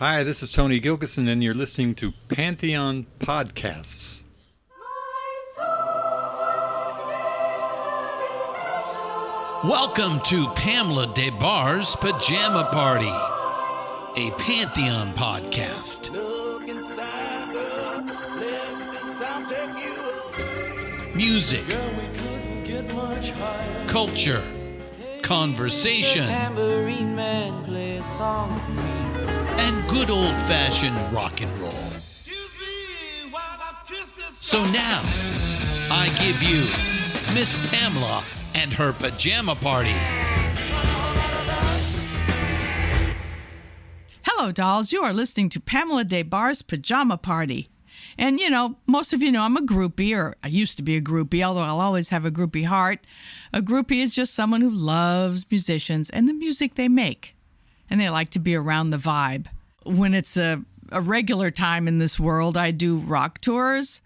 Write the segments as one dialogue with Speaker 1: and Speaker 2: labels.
Speaker 1: Hi, this is Tony Gilkison, and you're listening to Pantheon Podcasts.
Speaker 2: Welcome to Pamela DeBar's Pajama Party, a Pantheon podcast.
Speaker 3: Look inside the let this out take you
Speaker 2: Music,
Speaker 3: we couldn't get much higher.
Speaker 2: culture, conversation,
Speaker 3: tambourine man play a song for me.
Speaker 2: and good old fashioned rock and roll.
Speaker 3: Excuse me while I kiss this
Speaker 2: So now, I give you Miss Pamela and her Pajama Party.
Speaker 4: Hello, dolls. You are listening to Pamela DeBar's Pajama Party. And, you know, most of you know I'm a groupie, or I used to be a groupie, although I'll always have a groupie heart. A groupie is just someone who loves musicians and the music they make. And they like to be around the vibe. When it's a, a regular time in this world, I do rock tours.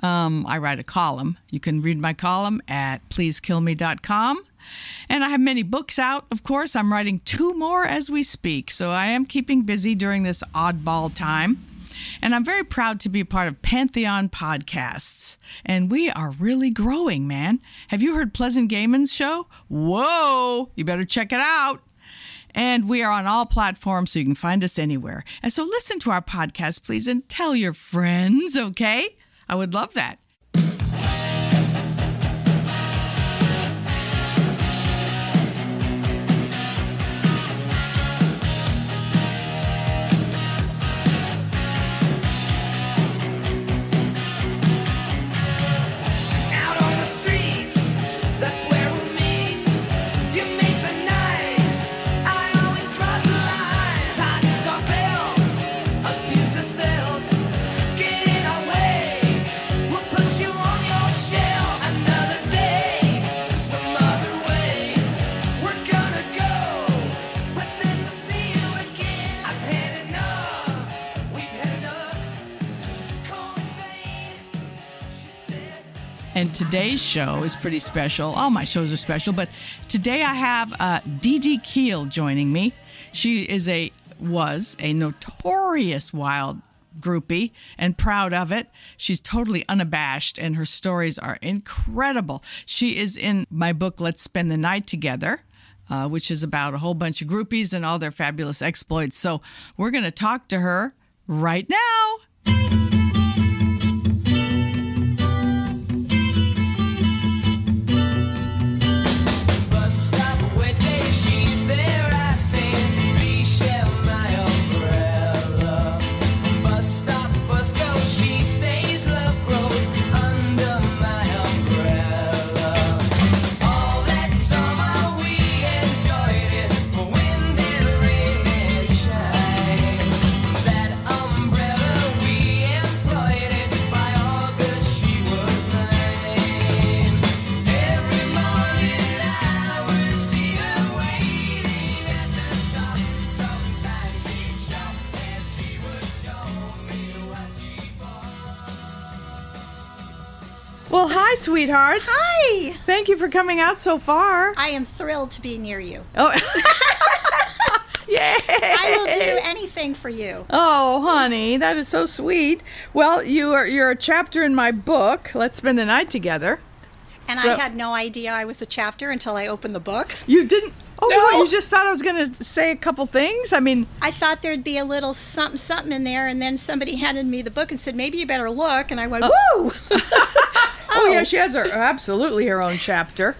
Speaker 4: Um, I write a column. You can read my column at pleasekillme.com. And I have many books out, of course. I'm writing two more as we speak, so I am keeping busy during this oddball time. And I'm very proud to be part of Pantheon Podcasts. And we are really growing, man. Have you heard Pleasant Gaiman's show? Whoa! You better check it out. And we are on all platforms, so you can find us anywhere. And so listen to our podcast, please, and tell your friends, okay? I would love that.
Speaker 5: Out on the streets, that's where we meet. You make the night. I always rise alive. Tired our bills, abuse the cells. Get in our way. We'll put you on your shelf another day, some other way. We're gonna go, but then we'll see you again. I've had enough. We've had enough. Call it vain. She said.
Speaker 4: And today's show is pretty special. All my shows are special, but today I have uh, Dee Dee Keel joining me. She is a was a notorious wild groupie and proud of it. She's totally unabashed, and her stories are incredible. She is in my book, Let's Spend the Night Together. Uh, which is about a whole bunch of groupies and all their fabulous exploits. So, we're going to talk to her right now. Well, hi, sweetheart.
Speaker 6: Hi!
Speaker 4: Thank you for coming out so far.
Speaker 6: I am thrilled to be near you.
Speaker 4: Oh. Yay!
Speaker 6: I will do anything for you.
Speaker 4: Oh, honey, that is so sweet. Well, you are you're a chapter in my book. Let's spend the night together.
Speaker 6: And
Speaker 4: So-
Speaker 6: I had no idea I was a chapter until I opened the book.
Speaker 4: You didn't. Oh, what, you just thought I was going to say a couple things. I mean,
Speaker 6: I thought there'd be a little something something in there, and then somebody handed me the book and said, maybe you better look. And I went, woo!
Speaker 4: oh, yeah, she has her absolutely her own chapter.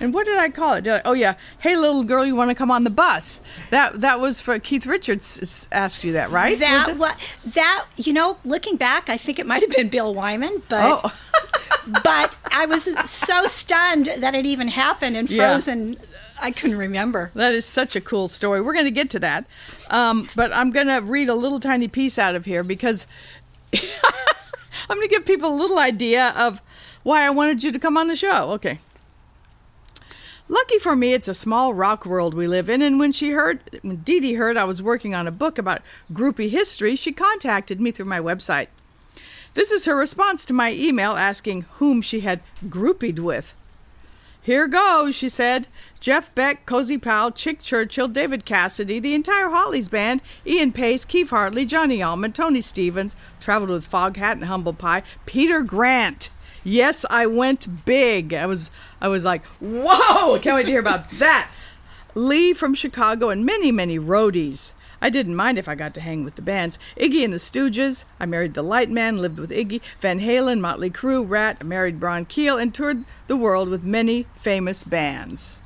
Speaker 4: And what did I call it? Did I, oh yeah, hey little girl, you want to come on the bus? That that was for Keith Richards s- asked you that, right? Was
Speaker 6: That
Speaker 4: it?
Speaker 6: what that you know, looking back, I think it might have been Bill Wyman, but
Speaker 4: Oh.
Speaker 6: but I was so stunned that it even happened and
Speaker 4: Yeah.
Speaker 6: frozen. I couldn't remember.
Speaker 4: That is such a cool story. We're going to get to that. Um, but I'm going to read a little tiny piece out of here because I'm going to give people a little idea of why I wanted you to come on the show. Okay. Lucky for me, it's a small rock world we live in, and when she heard, when Dee Dee heard I was working on a book about groupie history, she contacted me through my website. This is her response to my email asking whom she had groupied with. Here goes, she said. Jeff Beck, Cozy Powell, Chick Churchill, David Cassidy, the entire Hollies band, Ian Pace, Keith Hartley, Johnny Allman, Tony Stevens, traveled with Foghat and Humble Pie, Peter Grant. Yes, I went big. I was I was like, whoa, I can't wait to hear about that. Lee from Chicago, and many, many roadies. I didn't mind if I got to hang with the bands. Iggy and the Stooges. I married the Lightman, lived with Iggy, Van Halen, Motley Crue, Rat. I married Bron Keel and toured the world with many famous bands.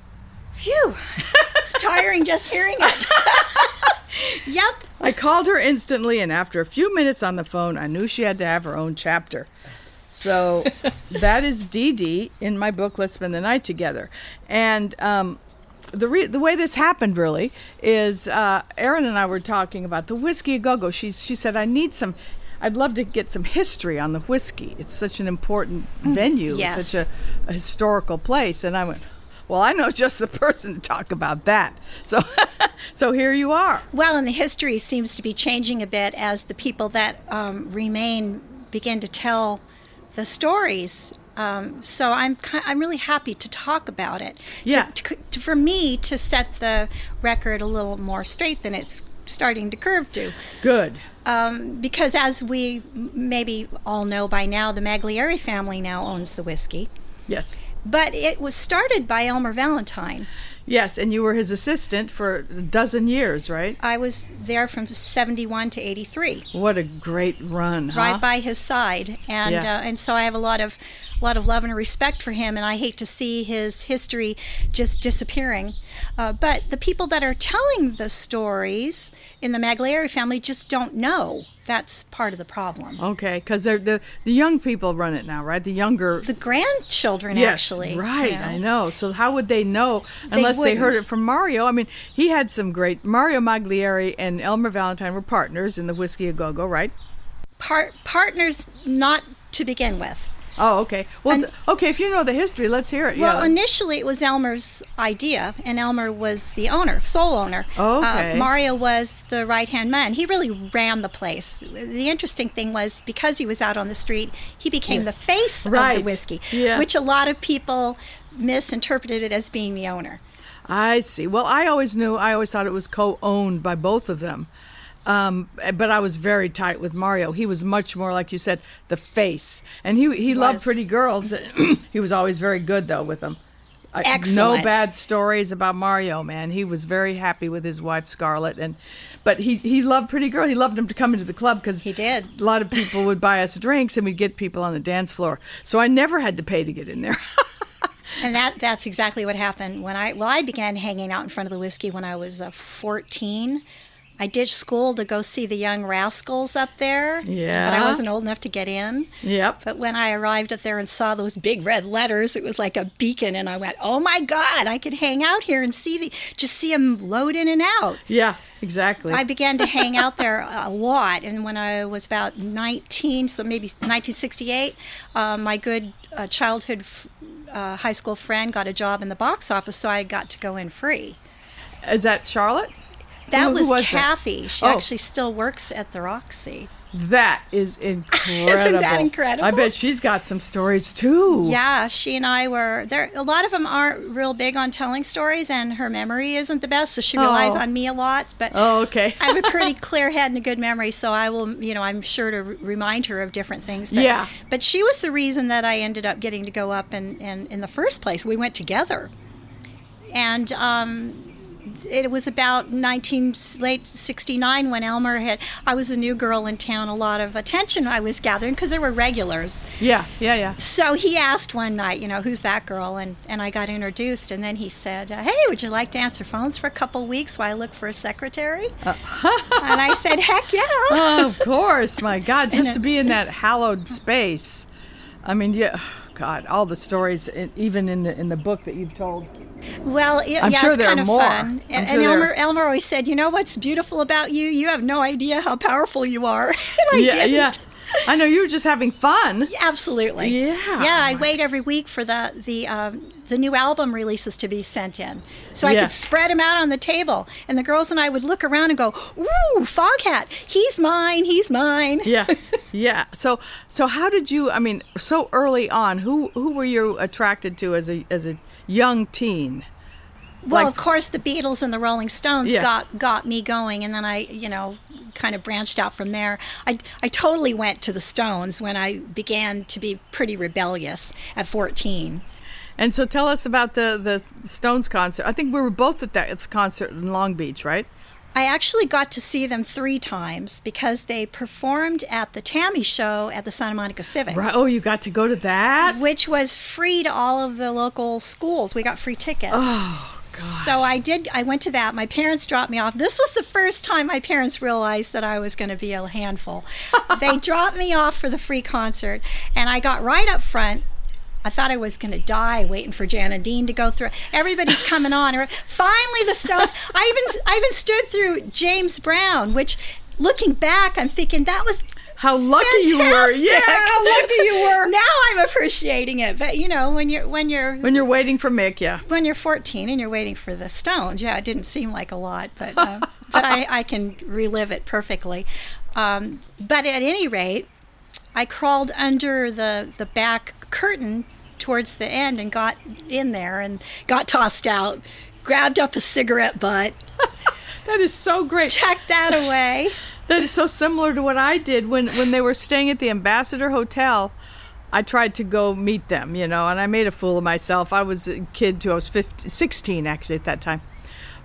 Speaker 6: Phew. It's tiring just hearing it. yep.
Speaker 4: I called her instantly, and after a few minutes on the phone, I knew she had to have her own chapter. So that is Dee Dee in my book, Let's Spend the Night Together. And um, the, re- the way this happened really is uh, Aaron and I were talking about the whiskey a go go. She, she said, I need some, I'd love to get some history on the whiskey. It's such an important venue,
Speaker 6: yes.
Speaker 4: it's such a, a historical place. And I went, Well, I know just the person to talk about that. So, so here you are.
Speaker 6: Well, and the history seems to be changing a bit as the people that um, remain begin to tell the stories. Um, so I'm ki- I'm really happy to talk about it. To-
Speaker 4: Yeah.
Speaker 6: to- to- for me to set the record a little more straight than it's starting to curve to. Um,
Speaker 4: Good.
Speaker 6: because as we maybe all know by now, the Magliari family now owns the whiskey.
Speaker 4: Yes.
Speaker 6: But it was started by Elmer Valentine.
Speaker 4: Yes, and you were his assistant for a dozen years, right?
Speaker 6: I was there from 71 to 83,
Speaker 4: What a great run, huh?
Speaker 6: right by his side. And
Speaker 4: Yeah.
Speaker 6: uh, and so I have a lot of a lot of love and respect for him and I hate to see his history just disappearing. Uh, but the people that are telling the stories in the Magliari family just don't know. That's part of the problem.
Speaker 4: Okay, because they're the the young people run it now, right? The younger.
Speaker 6: The grandchildren
Speaker 4: Yes,
Speaker 6: actually.
Speaker 4: right.
Speaker 6: you
Speaker 4: I know. So how would they know unless they,
Speaker 6: wouldn't.
Speaker 4: heard it from Mario? I mean, he had some great Mario Magliari and Elmer Valentine were partners in the Whiskey A Go Go, right?
Speaker 6: par- partners not to begin with.
Speaker 4: Oh, okay. Well,
Speaker 6: And-
Speaker 4: it's- okay. If you know the history, let's hear it.
Speaker 6: Well,
Speaker 4: yeah.
Speaker 6: initially it was Elmer's idea, and Elmer was the owner, sole owner.
Speaker 4: Okay.
Speaker 6: Uh, Mario was the right hand man. He really ran the place. The interesting thing was because he was out on the street, he became the face of
Speaker 4: Right.
Speaker 6: the whiskey,
Speaker 4: Yeah.
Speaker 6: which a lot of people misinterpreted it as being the owner.
Speaker 4: I see. Well, I always knew. I always thought it was co-owned by both of them. Um, but I was very tight with Mario. He was much more, like you said, the face, and he he loved
Speaker 6: Was.
Speaker 4: pretty girls. he was always very good though with them. I- No
Speaker 6: Excellent.
Speaker 4: bad stories about Mario, man. He was very happy with his wife Scarlett, and but he he loved pretty girl. He loved them to come into the club because
Speaker 6: He did.
Speaker 4: A lot of people would buy us drinks, and we'd get people on the dance floor. So I never had to pay to get in there.
Speaker 6: And that that's exactly what happened when I well I began hanging out in front of the whiskey when I was uh, 14. I ditched school to go see the Young Rascals up there. But
Speaker 4: Yeah.
Speaker 6: I wasn't old enough to get in.
Speaker 4: Yep.
Speaker 6: But when I arrived up there and saw those big red letters, it was like a beacon and I went, "Oh my god, I could hang out here and see the just see them load in and out."
Speaker 4: yeah, exactly.
Speaker 6: I began to hang out there a lot. And when I was about 19, so maybe 1968, uh, my good uh, childhood f- uh, high school friend got a job in the box office, so I got to go in free.
Speaker 4: Is that Charlotte?
Speaker 6: That
Speaker 4: Who- who
Speaker 6: was,
Speaker 4: was that?
Speaker 6: Kathy. She
Speaker 4: Oh.
Speaker 6: actually still works at the Roxy.
Speaker 4: That is incredible.
Speaker 6: incredible?
Speaker 4: I bet she's got some stories too.
Speaker 6: Yeah, she and I were there. A lot of them aren't real big on telling stories, and her memory isn't the best, so she relies
Speaker 4: Oh.
Speaker 6: on me a lot. But
Speaker 4: Oh, okay.
Speaker 6: I have a pretty clear head and a good memory, so I will, you know, I'm sure to re- remind her of different things. But,
Speaker 4: Yeah.
Speaker 6: But she was the reason that I ended up getting to go up and, and in the first place. We went together. And um, it was about 19, s- late 69 when Elmer had, I was a new girl in town, a lot of attention I was gathering because there were regulars.
Speaker 4: Yeah, yeah, yeah.
Speaker 6: So he asked one night, you know, who's that girl? And, and I got introduced. And then he said, uh, hey, would you like to answer phones for a couple weeks while I look for a secretary?
Speaker 4: Uh,
Speaker 6: and I said, heck yeah.
Speaker 4: Oh, of course, my God, just
Speaker 6: it-
Speaker 4: to be in that hallowed space. I mean, yeah, oh, God, all the stories, e- even in the in the book that you've told.
Speaker 6: Well, it,
Speaker 4: I'm
Speaker 6: yeah,
Speaker 4: sure
Speaker 6: it's
Speaker 4: there are
Speaker 6: kind of
Speaker 4: more. I'm
Speaker 6: fun. And,
Speaker 4: sure
Speaker 6: and
Speaker 4: there are-
Speaker 6: Elmer, Elmer always said, you know what's beautiful about you? You have no idea how powerful you are. and I
Speaker 4: yeah,
Speaker 6: didn't.
Speaker 4: yeah. I know you were just having fun.
Speaker 6: Absolutely.
Speaker 4: Yeah.
Speaker 6: Yeah, I wait every week for the the um, the new album releases to be sent in, so I
Speaker 4: Yeah.
Speaker 6: could spread them out on the table, and the girls and I would look around and go, "Ooh, Foghat, he's mine, he's mine."
Speaker 4: Yeah, yeah. So, so how did you? I mean, so early on, who who were you attracted to as a as a young teen.
Speaker 6: Well,
Speaker 4: Like-
Speaker 6: of course, the Beatles and the Rolling Stones
Speaker 4: Yeah.
Speaker 6: got got me going, and then I, you know, kind of branched out from there. I I totally went to the Stones when I began to be pretty rebellious at fourteen.
Speaker 4: And so tell us about the the Stones concert. I think we were both at that it's concert in Long Beach, right?
Speaker 6: I actually got to see them three times because they performed at the Tammy show at the Santa Monica Civic.
Speaker 4: Right. Oh, you got to go to that.
Speaker 6: Which was free to all of the local schools. We got free tickets. Oh, So I did. I went to that. My parents dropped me off. This was the first time my parents realized that I was going to be a handful. they dropped me off for the free concert, and I got right up front. I thought I was going to die waiting for Jan and Dean to go through. Everybody's coming on. Finally, the Stones. I even I even stood through James Brown, which, looking back, I'm thinking that was
Speaker 4: How lucky you were.
Speaker 6: Fantastic.
Speaker 4: Yeah, how lucky you were.
Speaker 6: now I'm appreciating it, but you know, when you're when you're
Speaker 4: When you're waiting for Mick, yeah.
Speaker 6: when you're 14 and you're waiting for the Stones, yeah, it didn't seem like a lot, but um, but I, I can relive it perfectly. Um, but at any rate, I crawled under the the back curtain towards the end and got in there and got tossed out, grabbed up a cigarette butt,
Speaker 4: That is so great.
Speaker 6: tucked that away.
Speaker 4: That is so similar to what I did when when they were staying at the Ambassador Hotel. I tried to go meet them, you know, and I made a fool of myself. I was a kid too. I was 15, 16 actually at that time.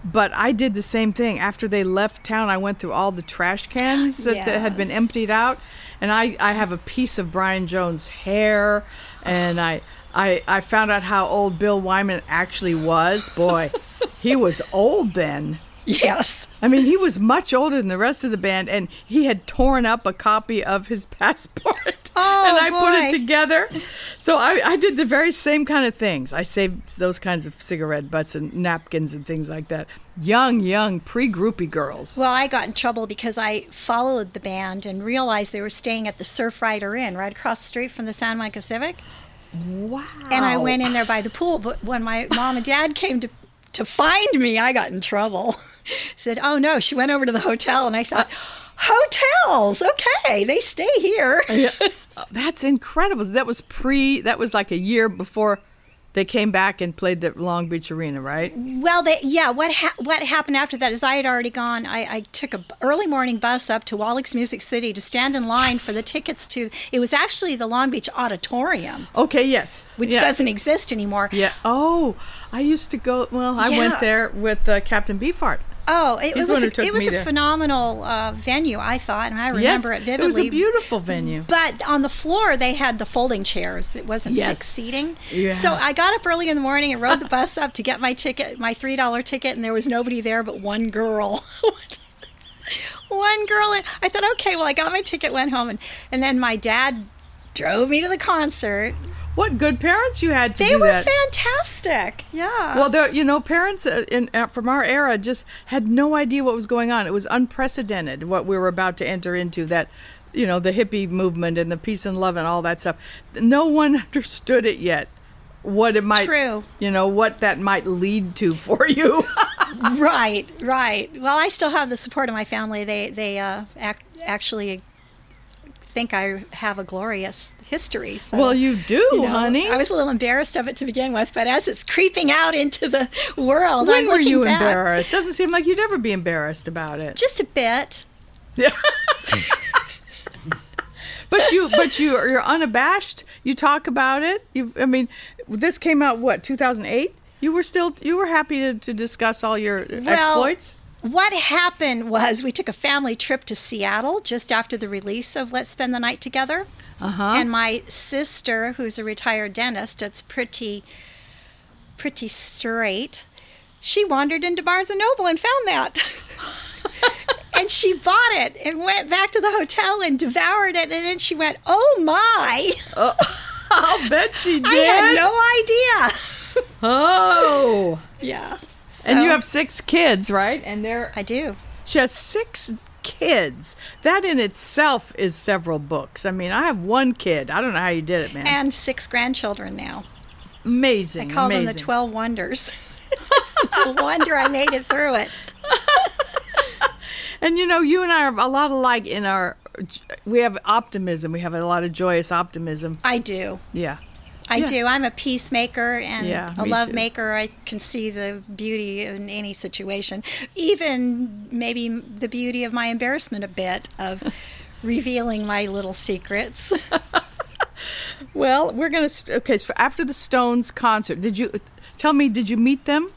Speaker 4: But I did the same thing. After they left town, I went through all the trash cans that, that had been
Speaker 6: Yes.
Speaker 4: emptied out, and I, I have a piece of Brian Jones' hair, and I, I I found out how old Bill Wyman actually was. Boy, he was old then.
Speaker 6: Yes.
Speaker 4: I mean, he was much older than the rest of the band, and he had torn up a copy of his passport.
Speaker 6: Oh,
Speaker 4: and I put it
Speaker 6: boy.
Speaker 4: together. So I, I did the very same kind of things. I saved those kinds of cigarette butts and napkins and things like that. Young, young, pre groupie girls.
Speaker 6: Well, I got in trouble because I followed the band and realized they were staying at the Surf Rider Inn right across the street from the San Monica Civic.
Speaker 4: wow.
Speaker 6: And I went in there by the pool. But when my mom and dad came to, to find me, I got in trouble. Said, oh no, she went over to the hotel. And I thought, hotels, okay, they stay here.
Speaker 4: That's incredible. That was pre, that was like a year before they came back and played the Long Beach Arena, right?
Speaker 6: Well, they, yeah. What ha- what happened after that is I had already gone. I, I took a b- early morning bus up to Wallach's Music City to stand in line for the tickets to. It was actually the Long Beach Auditorium.
Speaker 4: Okay, yes.
Speaker 6: which
Speaker 4: Yeah.
Speaker 6: doesn't exist anymore.
Speaker 4: Yeah. Oh, I used to go. Well, I went
Speaker 6: Yeah.
Speaker 4: there with uh, Captain Beefheart.
Speaker 6: Oh,
Speaker 4: He's
Speaker 6: it, it
Speaker 4: the one
Speaker 6: was
Speaker 4: who took
Speaker 6: a, it was
Speaker 4: me
Speaker 6: a
Speaker 4: there.
Speaker 6: phenomenal uh, venue, I thought, and I remember it vividly.
Speaker 4: was a beautiful venue.
Speaker 6: But on the floor, they had the folding chairs. It wasn't
Speaker 4: Yes.
Speaker 6: fixed seating.
Speaker 4: Yeah.
Speaker 6: So I got up early in the morning and rode the bus up to get my ticket, my three dollar ticket, and there was nobody there but one girl. one girl. And I thought, okay, well, I got my ticket, went home, and and then my dad drove me to the concert.
Speaker 4: What good parents you had to
Speaker 6: They
Speaker 4: do
Speaker 6: were
Speaker 4: that.
Speaker 6: fantastic. Yeah.
Speaker 4: well, there, you know, parents uh, in, uh, from our era just had no idea what was going on. It was unprecedented what we were about to enter into. That, you know, the hippie movement and the peace and love and all that stuff. No one understood it yet. What it might,
Speaker 6: True.
Speaker 4: you know, what that might lead to for you.
Speaker 6: Right, right. Well, I still have the support of my family. They they uh, ac- actually think I have a glorious history. So,
Speaker 4: well, you do,
Speaker 6: you know,
Speaker 4: honey.
Speaker 6: I was a little embarrassed of it to begin with, but as it's creeping out into the world,
Speaker 4: when
Speaker 6: I'm
Speaker 4: were
Speaker 6: looking
Speaker 4: you
Speaker 6: back
Speaker 4: embarrassed? Doesn't seem like you'd ever be embarrassed about it.
Speaker 6: Just a bit.
Speaker 4: But you, but you, you're unabashed. You talk about it. You, I mean, this came out what 2008. You were still, you were happy to, to discuss all your exploits.
Speaker 6: What happened was we took a family trip to Seattle just after the release of Let's Spend the Night Together. Uh-huh. And my sister, who's a retired dentist, that's pretty pretty straight, she wandered into Barnes and Noble and found that. and she bought it and went back to the hotel and devoured it and then she went, "Oh my.
Speaker 4: I'll bet she did.
Speaker 6: I had no idea."
Speaker 4: oh,
Speaker 6: yeah.
Speaker 4: and
Speaker 6: So-
Speaker 4: you have six kids, right? And they're
Speaker 6: I do.
Speaker 4: she has six kids. That in itself is several books. I mean, I have one kid. I don't know how you did it, man.
Speaker 6: And six grandchildren now.
Speaker 4: amazing.
Speaker 6: I call
Speaker 4: amazing.
Speaker 6: them the 12 wonders. it's a wonder I made it through it.
Speaker 4: And you know, you and I are a lot alike in our. We have optimism. We have a lot of joyous optimism.
Speaker 6: I do.
Speaker 4: Yeah.
Speaker 6: I
Speaker 4: Yeah.
Speaker 6: do. I'm a peacemaker and
Speaker 4: Yeah,
Speaker 6: a
Speaker 4: me
Speaker 6: love
Speaker 4: too.
Speaker 6: maker. I can see the beauty in any situation, even maybe the beauty of my embarrassment a bit of revealing my little secrets.
Speaker 4: Well, we're gonna st- okay. So after the Stones concert, did you tell me? Did you meet them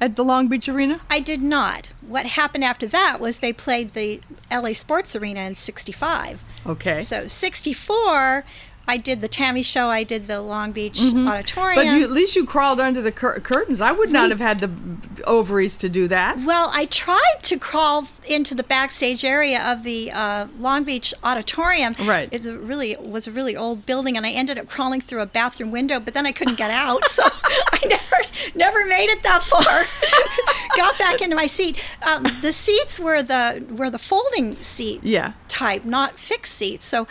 Speaker 4: at the Long Beach Arena?
Speaker 6: I did not. What happened after that was they played the LA Sports Arena in 65.
Speaker 4: Okay.
Speaker 6: So 64, I did the Tammy show, I did the Long Beach Auditorium.
Speaker 4: Mm-hmm. but you, at least you crawled under the cur- curtains. I would not have had the ovaries to do that.
Speaker 6: Well, I tried to crawl into the backstage area of the uh, Long Beach Auditorium.
Speaker 4: Right.
Speaker 6: It's a really was a really old building, and I ended up crawling through a bathroom window, but then I couldn't get out, so I never never made it that far. Got back into my seat. Um, the seats were the were the folding seat
Speaker 4: Yeah.
Speaker 6: type, not fixed seats. So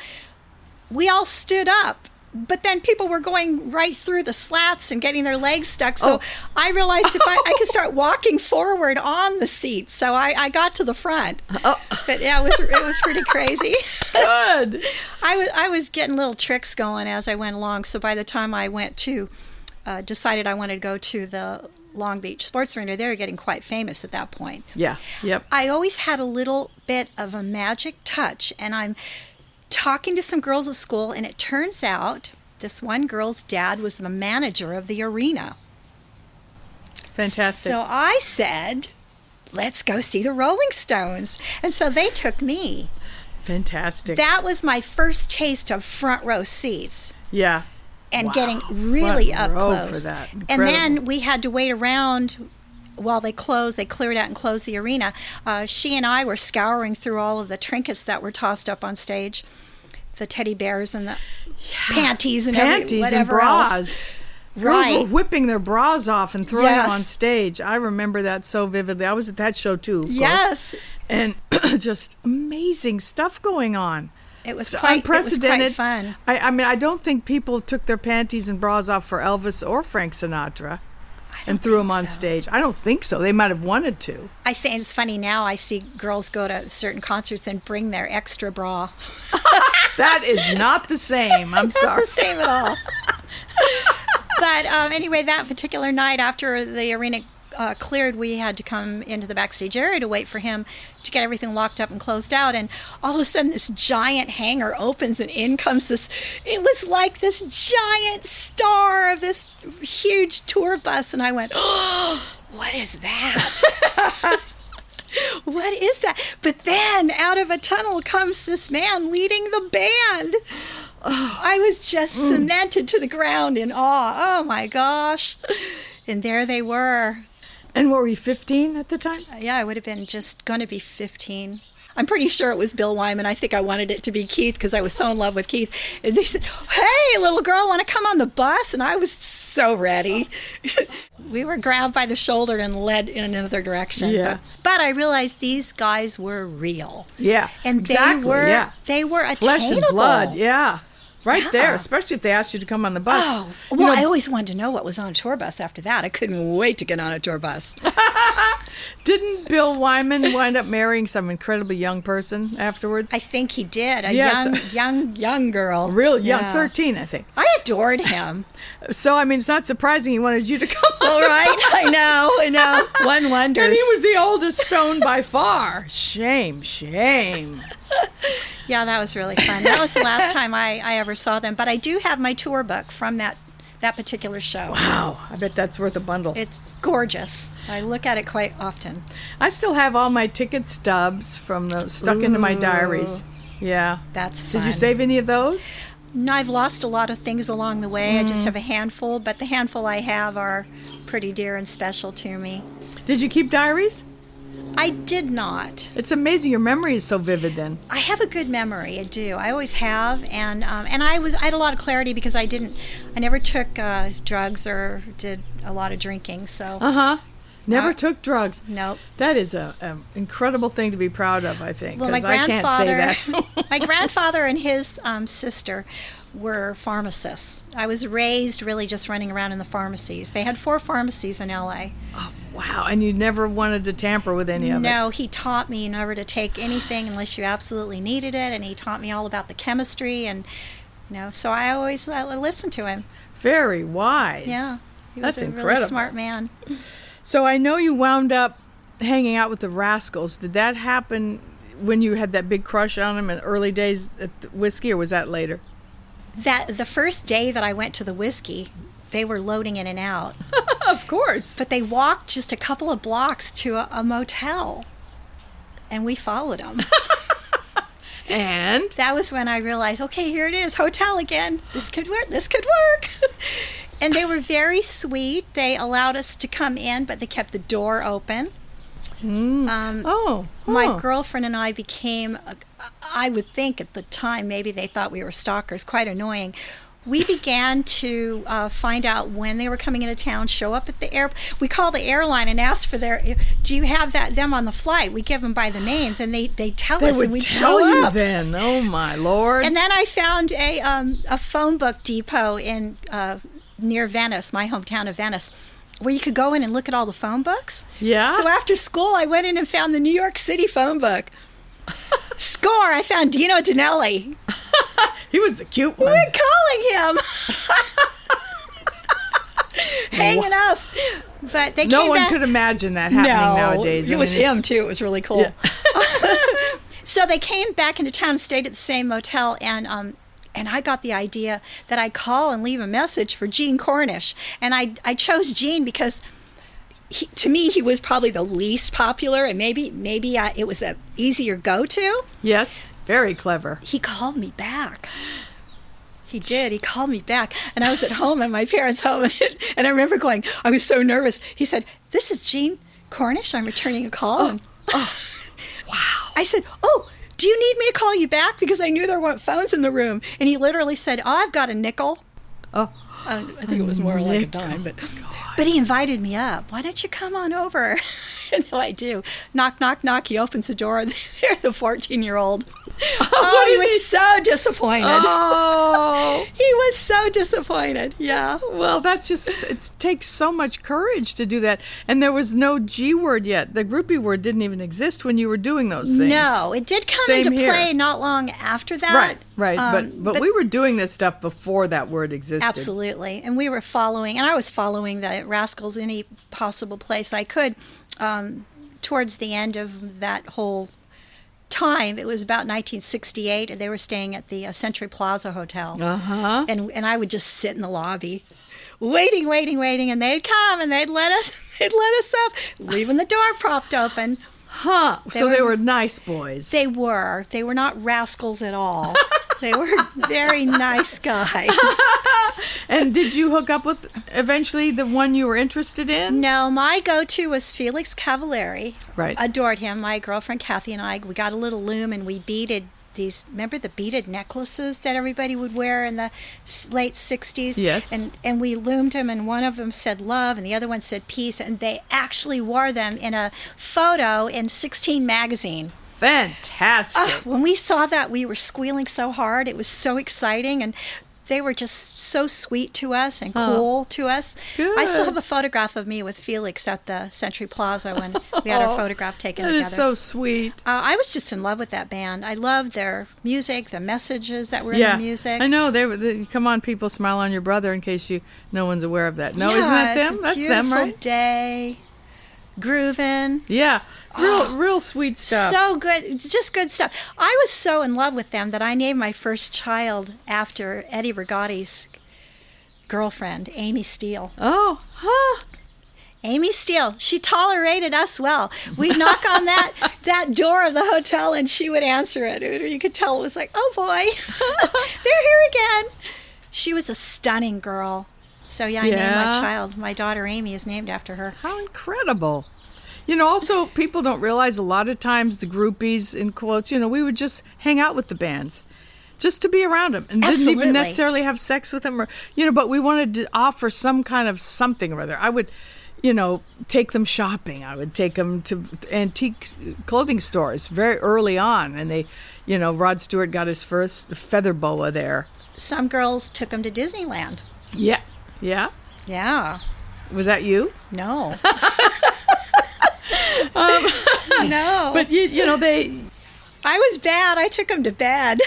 Speaker 6: we all stood up. But then people were going right through the slats and getting their legs stuck.
Speaker 4: Oh.
Speaker 6: So I realized if I, I could start walking forward on the seat. So I, I got to the front.
Speaker 4: Oh.
Speaker 6: But yeah, it was, it was pretty crazy.
Speaker 4: Good.
Speaker 6: I was I was getting little tricks going as I went along. So by the time I went to uh, decided I wanted to go to the Long Beach Sports Arena, they were getting quite famous at that point.
Speaker 4: Yeah. Yep.
Speaker 6: I always had a little bit of a magic touch, and I'm talking to some girls at school, and it turns out this one girl's dad was the manager of the arena.
Speaker 4: Fantastic.
Speaker 6: So I said, let's go see the Rolling Stones. And so they took me.
Speaker 4: Fantastic.
Speaker 6: That was my first taste of front row seats.
Speaker 4: yeah.
Speaker 6: and
Speaker 4: Wow.
Speaker 6: getting really
Speaker 4: Front
Speaker 6: up
Speaker 4: row for
Speaker 6: close.
Speaker 4: that.
Speaker 6: And then
Speaker 4: Incredible.
Speaker 6: we had to wait around while they closed. They cleared out and closed the arena. Uh, she and I were scouring through all of the trinkets that were tossed up on stage, the teddy bears and the panties and every,
Speaker 4: Panties and
Speaker 6: whatever
Speaker 4: bras.
Speaker 6: else.
Speaker 4: Girls were
Speaker 6: Right.
Speaker 4: whipping their bras off and throwing
Speaker 6: Yes.
Speaker 4: them on stage. I remember that so vividly. I was at that show too. of course.
Speaker 6: Yes.
Speaker 4: And just amazing stuff going on.
Speaker 6: It was
Speaker 4: So
Speaker 6: quite- it was quite
Speaker 4: unprecedented.
Speaker 6: fun.
Speaker 4: I, I mean, I don't think people took their panties and bras off for Elvis or Frank Sinatra and threw them on
Speaker 6: so.
Speaker 4: stage. I don't think so. They might have wanted to.
Speaker 6: I think it's funny now. I see girls go to certain concerts and bring their extra bra.
Speaker 4: That is not the same. I'm sorry.
Speaker 6: the same at all. but um, anyway, that particular night after the arena uh, cleared, we had to come into the backstage area to wait for him to get everything locked up and closed out. And all of a sudden, this giant hangar opens, and in comes this. It was like this giant star of this huge tour bus, and I went, "Oh, what is that?" What is that? But then out of a tunnel comes this man leading the band. I was just
Speaker 4: Mm.
Speaker 6: cemented to the ground in awe. Oh my gosh. And there they were.
Speaker 4: And were we 15 at the time?
Speaker 6: Yeah, I would have been just going to be 15. I'm pretty sure it was Bill Wyman. I think I wanted it to be Keith because I was so in love with Keith. And they said, Hey, little girl, want to come on the bus? And I was so ready. we were grabbed by the shoulder and led in another direction.
Speaker 4: Yeah.
Speaker 6: But, but I realized these guys were real.
Speaker 4: Yeah.
Speaker 6: And
Speaker 4: exactly.
Speaker 6: they were
Speaker 4: yeah.
Speaker 6: they were attainable.
Speaker 4: Flesh and blood. Yeah. Right
Speaker 6: Yeah.
Speaker 4: there, especially if they asked you to come on the bus.
Speaker 6: Oh,
Speaker 4: You
Speaker 6: well,
Speaker 4: know,
Speaker 6: I always wanted to know what was on a tour bus after that. I couldn't wait to get on a tour bus.
Speaker 4: Didn't Bill Wyman wind up marrying some incredibly young person afterwards?
Speaker 6: I think he did. A
Speaker 4: Yes.
Speaker 6: young, young, young girl.
Speaker 4: Real young,
Speaker 6: Yeah.
Speaker 4: 13, I think.
Speaker 6: I adored him.
Speaker 4: So, I mean, it's not surprising he wanted you to come on.
Speaker 6: All right. I know. I know. One wonders.
Speaker 4: And he was the oldest stone by far. Shame, shame.
Speaker 6: yeah, that was really fun. That was the last time I, I ever saw them. But I do have my tour book from that, that particular show.
Speaker 4: Wow, I bet that's worth a bundle.
Speaker 6: It's gorgeous. I look at it quite often.
Speaker 4: I still have all my ticket stubs from the stuck into my diaries. Yeah.
Speaker 6: That's
Speaker 4: Did you
Speaker 6: fun.
Speaker 4: save any of those?
Speaker 6: No, I've lost a lot of things along the way. I just have a handful, but the handful I have are pretty dear and special to me.
Speaker 4: Did you keep diaries?
Speaker 6: I did not.
Speaker 4: It's amazing your memory is so vivid then.
Speaker 6: I have a good memory. I do. I always have, and um, and I was I had a lot of clarity because I didn't. I never took uh, drugs or did a lot of drinking. So
Speaker 4: Uh-huh. Never
Speaker 6: Uh,
Speaker 4: took drugs.
Speaker 6: nope.
Speaker 4: That is a, an incredible thing to be proud of, I think.
Speaker 6: well, my
Speaker 4: 'cause I
Speaker 6: grandfather,
Speaker 4: can't say that.
Speaker 6: my grandfather and his um, sister were pharmacists. I was raised really just running around in the pharmacies. They had four pharmacies in L.A.
Speaker 4: wow, and you never wanted to tamper with any of it.
Speaker 6: No, he taught me never to take anything unless you absolutely needed it, and he taught me all about the chemistry and you know. So I always I listened to him.
Speaker 4: Very wise.
Speaker 6: Yeah. He
Speaker 4: That's
Speaker 6: was a
Speaker 4: incredible.
Speaker 6: Really smart man.
Speaker 4: So I know you wound up hanging out with the Rascals. Did that happen when you had that big crush on them in the early days at the whiskey, or was that later?
Speaker 6: That the first day that I went to the whiskey, they were loading in and out.
Speaker 4: Of course.
Speaker 6: But they walked just a couple of blocks to a, a motel, and we followed them.
Speaker 4: And
Speaker 6: that was when I realized, okay, here it is, hotel again. This could work. This could work. and they were very sweet. They allowed us to come in, but they kept the door open. Um,
Speaker 4: oh, huh.
Speaker 6: My girlfriend and I became, uh, I would think at the time, maybe they thought we were stalkers, quite annoying. We began to uh, find out when they were coming into town, show up at the air. We call the airline and ask for their, do you have that them on the flight? We give them by the names, and they they tell
Speaker 4: They
Speaker 6: us, and
Speaker 4: would
Speaker 6: we
Speaker 4: tell
Speaker 6: show
Speaker 4: you
Speaker 6: up.
Speaker 4: then. Oh my lord.
Speaker 6: And then I found a um, a phone book depot in uh, near Venice, my hometown of Venice, where you could go in and look at all the phone books.
Speaker 4: Yeah.
Speaker 6: So after school, I went in and found the New York City phone book. Score! I found Dino Danelli.
Speaker 4: he was the cute one.
Speaker 6: Quit calling him. Hanging up. But they
Speaker 4: No
Speaker 6: came
Speaker 4: one
Speaker 6: back-
Speaker 4: could imagine that happening nowadays.
Speaker 6: It
Speaker 4: I
Speaker 6: was
Speaker 4: mean, it's-
Speaker 6: him too. It was really cool. so they came back into town, stayed at the same motel, and um, and I got the idea that I call and leave a message for Gene Cornish, and I I chose Gene because. He, to me, he was probably the least popular, and maybe maybe I, it was a easier go to.
Speaker 4: Yes, very clever.
Speaker 6: He called me back. He did. He called me back, and I was at home at my parents' home, and, and I remember going. I was so nervous. He said, "This is Jean Cornish. I'm returning a call." And- wow. I said, "Oh, do you need me to call you back?" Because I knew there weren't phones in the room, and he literally said, "Oh, I've got a nickel." Oh, I, don't- I think it was more like a dime, but but he invited me up. Why don't you come on over? and so I do. Knock, knock, knock. He opens the door. and There's a 14 year old. Oh, he was so disappointed.
Speaker 4: Oh.
Speaker 6: He was so disappointed. Yeah.
Speaker 4: Well, that's just, it takes so much courage to do that. And there was no G word yet. The groupie word didn't even exist when you were doing those things.
Speaker 6: No, it did come
Speaker 4: Same
Speaker 6: into
Speaker 4: here.
Speaker 6: play not long after that.
Speaker 4: Right, right.
Speaker 6: Um,
Speaker 4: but, but we were doing this stuff before that word existed.
Speaker 6: Absolutely. And we were following, and I was following the Rascals any possible place I could. Um, towards the end of that whole time, it was about 1968, and they were staying at the uh, Century Plaza Hotel. Uh-huh. And, and I would just sit in the lobby. Waiting, waiting, waiting, and they'd come and they'd let us, they'd let us up, leaving the door propped open.
Speaker 4: Huh. so they
Speaker 6: were-
Speaker 4: were nice boys.
Speaker 6: They were. They were not rascals at all. they were very nice guys.
Speaker 4: and did you hook up with eventually the one you were interested in?
Speaker 6: No, my go-to was Felix Cavallari.
Speaker 4: Right.
Speaker 6: Adored him. My girlfriend Kathy and I, we got a little loom and we beaded these. Remember the beaded necklaces that everybody would wear in the s- late '60s?
Speaker 4: Yes.
Speaker 6: And and we loomed them, and one of them said love, and the other one said peace, and they actually wore them in a photo in 16 magazine.
Speaker 4: Fantastic.
Speaker 6: Ah, when we saw that, we were squealing so hard. It was so exciting, and they were just so sweet to us and cool to us. I still
Speaker 4: Good.
Speaker 6: have a photograph of me with Felix at the Century Plaza when we had our photograph taken
Speaker 4: Oh, That
Speaker 6: together.
Speaker 4: is so sweet.
Speaker 6: uh, I was just in love with that band. I loved their music, the messages that were in the music.
Speaker 4: I know they were. The, come on, people, smile on your brother in case you no one's aware of that. No,
Speaker 6: yeah,
Speaker 4: isn't that
Speaker 6: it's
Speaker 4: them?
Speaker 6: a
Speaker 4: That's them,
Speaker 6: beautiful
Speaker 4: right?
Speaker 6: Day, grooving.
Speaker 4: Yeah, real, real sweet stuff.
Speaker 6: Oh. So good, just good stuff. I was so in love with them that I named my first child after Eddie Rigotti's girlfriend, Amy Steele.
Speaker 4: oh, huh?
Speaker 6: Amy Steele, she tolerated us well. We'd knock on that that door of the hotel and she would answer it. It- You could tell it was like, oh boy, they're here again. She was a stunning girl. So yeah, I named
Speaker 4: Yeah.
Speaker 6: my child, my daughter Amy, is named after her.
Speaker 4: How incredible. You know, also people don't realize a lot of times the groupies in quotes. You know, we would just hang out with the bands. Just to be around them, and didn't even
Speaker 6: Absolutely.
Speaker 4: necessarily have sex with them, or you know. But we wanted to offer some kind of something or other. I would, you know, take them shopping. I would take them to antique clothing stores very early on, and they, you know, Rod Stewart got his first feather boa there.
Speaker 6: Some girls took them to Disneyland.
Speaker 4: Yeah, yeah.
Speaker 6: Yeah.
Speaker 4: Was that you?
Speaker 6: No. Um, no.
Speaker 4: But you, you know, they.
Speaker 6: I was bad. I took him to bed.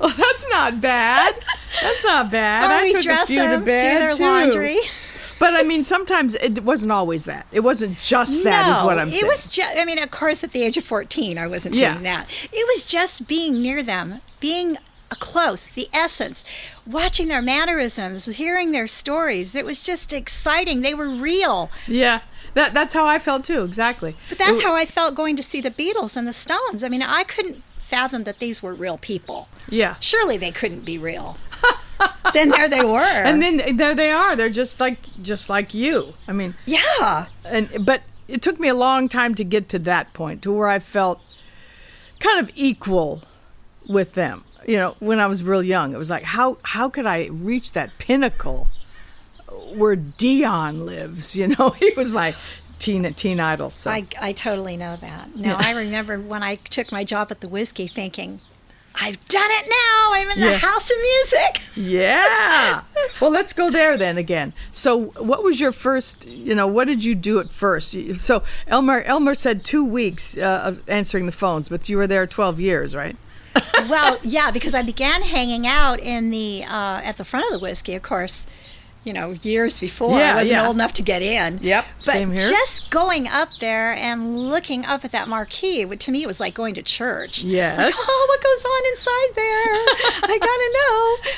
Speaker 4: Oh, that's not bad. That's not bad.
Speaker 6: Or
Speaker 4: I
Speaker 6: we
Speaker 4: took
Speaker 6: dress
Speaker 4: a few
Speaker 6: them,
Speaker 4: to
Speaker 6: do
Speaker 4: bed
Speaker 6: their
Speaker 4: too.
Speaker 6: laundry.
Speaker 4: But I mean, sometimes it wasn't always that. It wasn't just that,
Speaker 6: no,
Speaker 4: is what I'm saying.
Speaker 6: It was just, I mean, of course, at the age of 14, I wasn't
Speaker 4: Yeah.
Speaker 6: doing that. It was just being near them, being close, the essence, watching their mannerisms, hearing their stories. It was just exciting. They were real.
Speaker 4: yeah. That, that's how I felt too. Exactly.
Speaker 6: But that's how I felt going to see the Beatles and the Stones. I mean, I couldn't fathom that these were real people.
Speaker 4: Yeah.
Speaker 6: Surely they couldn't be real. then there they were.
Speaker 4: And then there they are. They're just like just like you. I mean,
Speaker 6: yeah.
Speaker 4: and but it took me a long time to get to that point to where I felt kind of equal with them. You know, when I was real young, it was like how how could I reach that pinnacle where Dion lives? You know, he was my teen teen idol. So
Speaker 6: I, I totally know that. Now, I remember when I took my job at the whiskey thinking, I've done it now. I'm in the
Speaker 4: Yeah.
Speaker 6: house of music.
Speaker 4: yeah. well, let's go there then again. So, what was your first? You know, what did you do at first? So Elmer Elmer said two weeks uh, of answering the phones, but you were there twelve years, right?
Speaker 6: well, yeah, because I began hanging out in the uh, at the front of the whiskey, of course. You know, years before
Speaker 4: Yeah,
Speaker 6: I wasn't
Speaker 4: yeah.
Speaker 6: old enough to get in.
Speaker 4: Yep,
Speaker 6: But
Speaker 4: same here.
Speaker 6: just going up there and looking up at that marquee, which to me was like going to church. Like,
Speaker 4: Yes.
Speaker 6: oh, what goes on inside there? I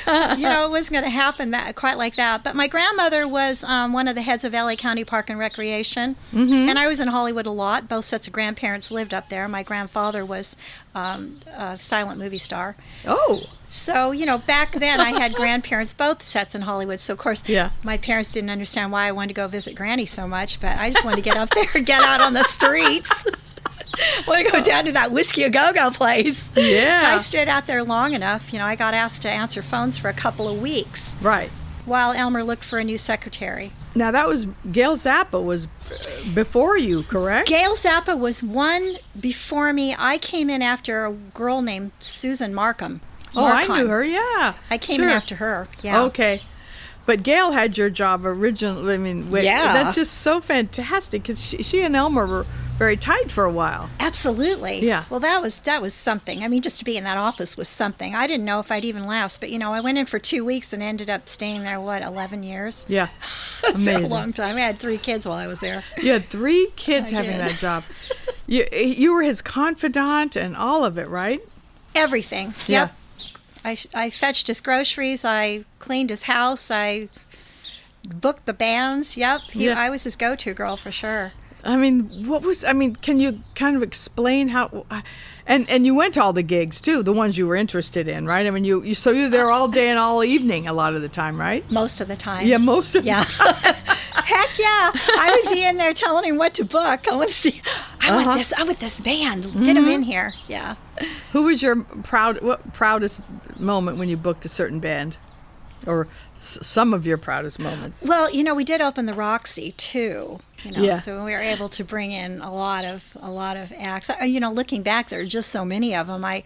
Speaker 6: gotta know. You know, it wasn't going to happen that quite like that. But my grandmother was um, one of the heads of LA County Park and Recreation, and I was in Hollywood a lot. Both sets of grandparents lived up there. My grandfather was um, a silent movie star.
Speaker 4: Oh,
Speaker 6: So, you know, back then I had grandparents, both sets in Hollywood. So, of course,
Speaker 4: Yeah.
Speaker 6: my parents didn't understand why I wanted to go visit Granny so much, but I just wanted to get up there and get out on the streets. want to go down to that Whiskey a Go Go place.
Speaker 4: Yeah.
Speaker 6: I stayed out there long enough. You know, I got asked to answer phones for a couple of weeks
Speaker 4: right.
Speaker 6: while Elmer looked for a new secretary.
Speaker 4: Now that was Gail Zappa was uh, before you, correct?
Speaker 6: Gail Zappa was one before me. I came in after a girl named Susan Markham.
Speaker 4: oh, I
Speaker 6: Marcon.
Speaker 4: knew her. Yeah,
Speaker 6: I came in
Speaker 4: Sure.
Speaker 6: after her. Yeah.
Speaker 4: Okay, but Gail had your job originally. I mean, wait,
Speaker 6: Yeah.
Speaker 4: that's just so fantastic because she, she and Elmer were very tight for a while.
Speaker 6: Absolutely.
Speaker 4: Yeah.
Speaker 6: Well, that was that was something. I mean, just to be in that office was something. I didn't know if I'd even last, but you know, I went in for two weeks and ended up staying there what eleven years.
Speaker 4: Yeah,
Speaker 6: It's a
Speaker 4: amazing.
Speaker 6: long time. I had three kids while I was there.
Speaker 4: You had three kids
Speaker 6: I
Speaker 4: having
Speaker 6: did.
Speaker 4: that job. You you were his confidant and all of it, right?
Speaker 6: Everything.
Speaker 4: Yeah.
Speaker 6: Yep. I sh- I fetched his groceries. I cleaned his house. I booked the bands. Yep. He,
Speaker 4: Yeah.
Speaker 6: I was his go-to girl for sure.
Speaker 4: I mean, what was? I mean, can you kind of explain how? And and you went to all the gigs too, the ones you were interested in, right? I mean, you, you so you're there all day and all evening a lot of the time, right?
Speaker 6: Most of the time.
Speaker 4: Yeah, most of
Speaker 6: Yeah.
Speaker 4: the time.
Speaker 6: Heck yeah. I would be in there telling him what to book. I want to see. I
Speaker 4: Uh-huh.
Speaker 6: want this. I want this band. Get him
Speaker 4: Mm-hmm.
Speaker 6: in here. Yeah.
Speaker 4: Who was your proud what, proudest moment when you booked a certain band, or s- some of your proudest moments?
Speaker 6: Well, you know, we did open the Roxy too. You know,
Speaker 4: Yeah.
Speaker 6: so we were able to bring in a lot of a lot of acts. I, you know, looking back, there are just so many of them. I,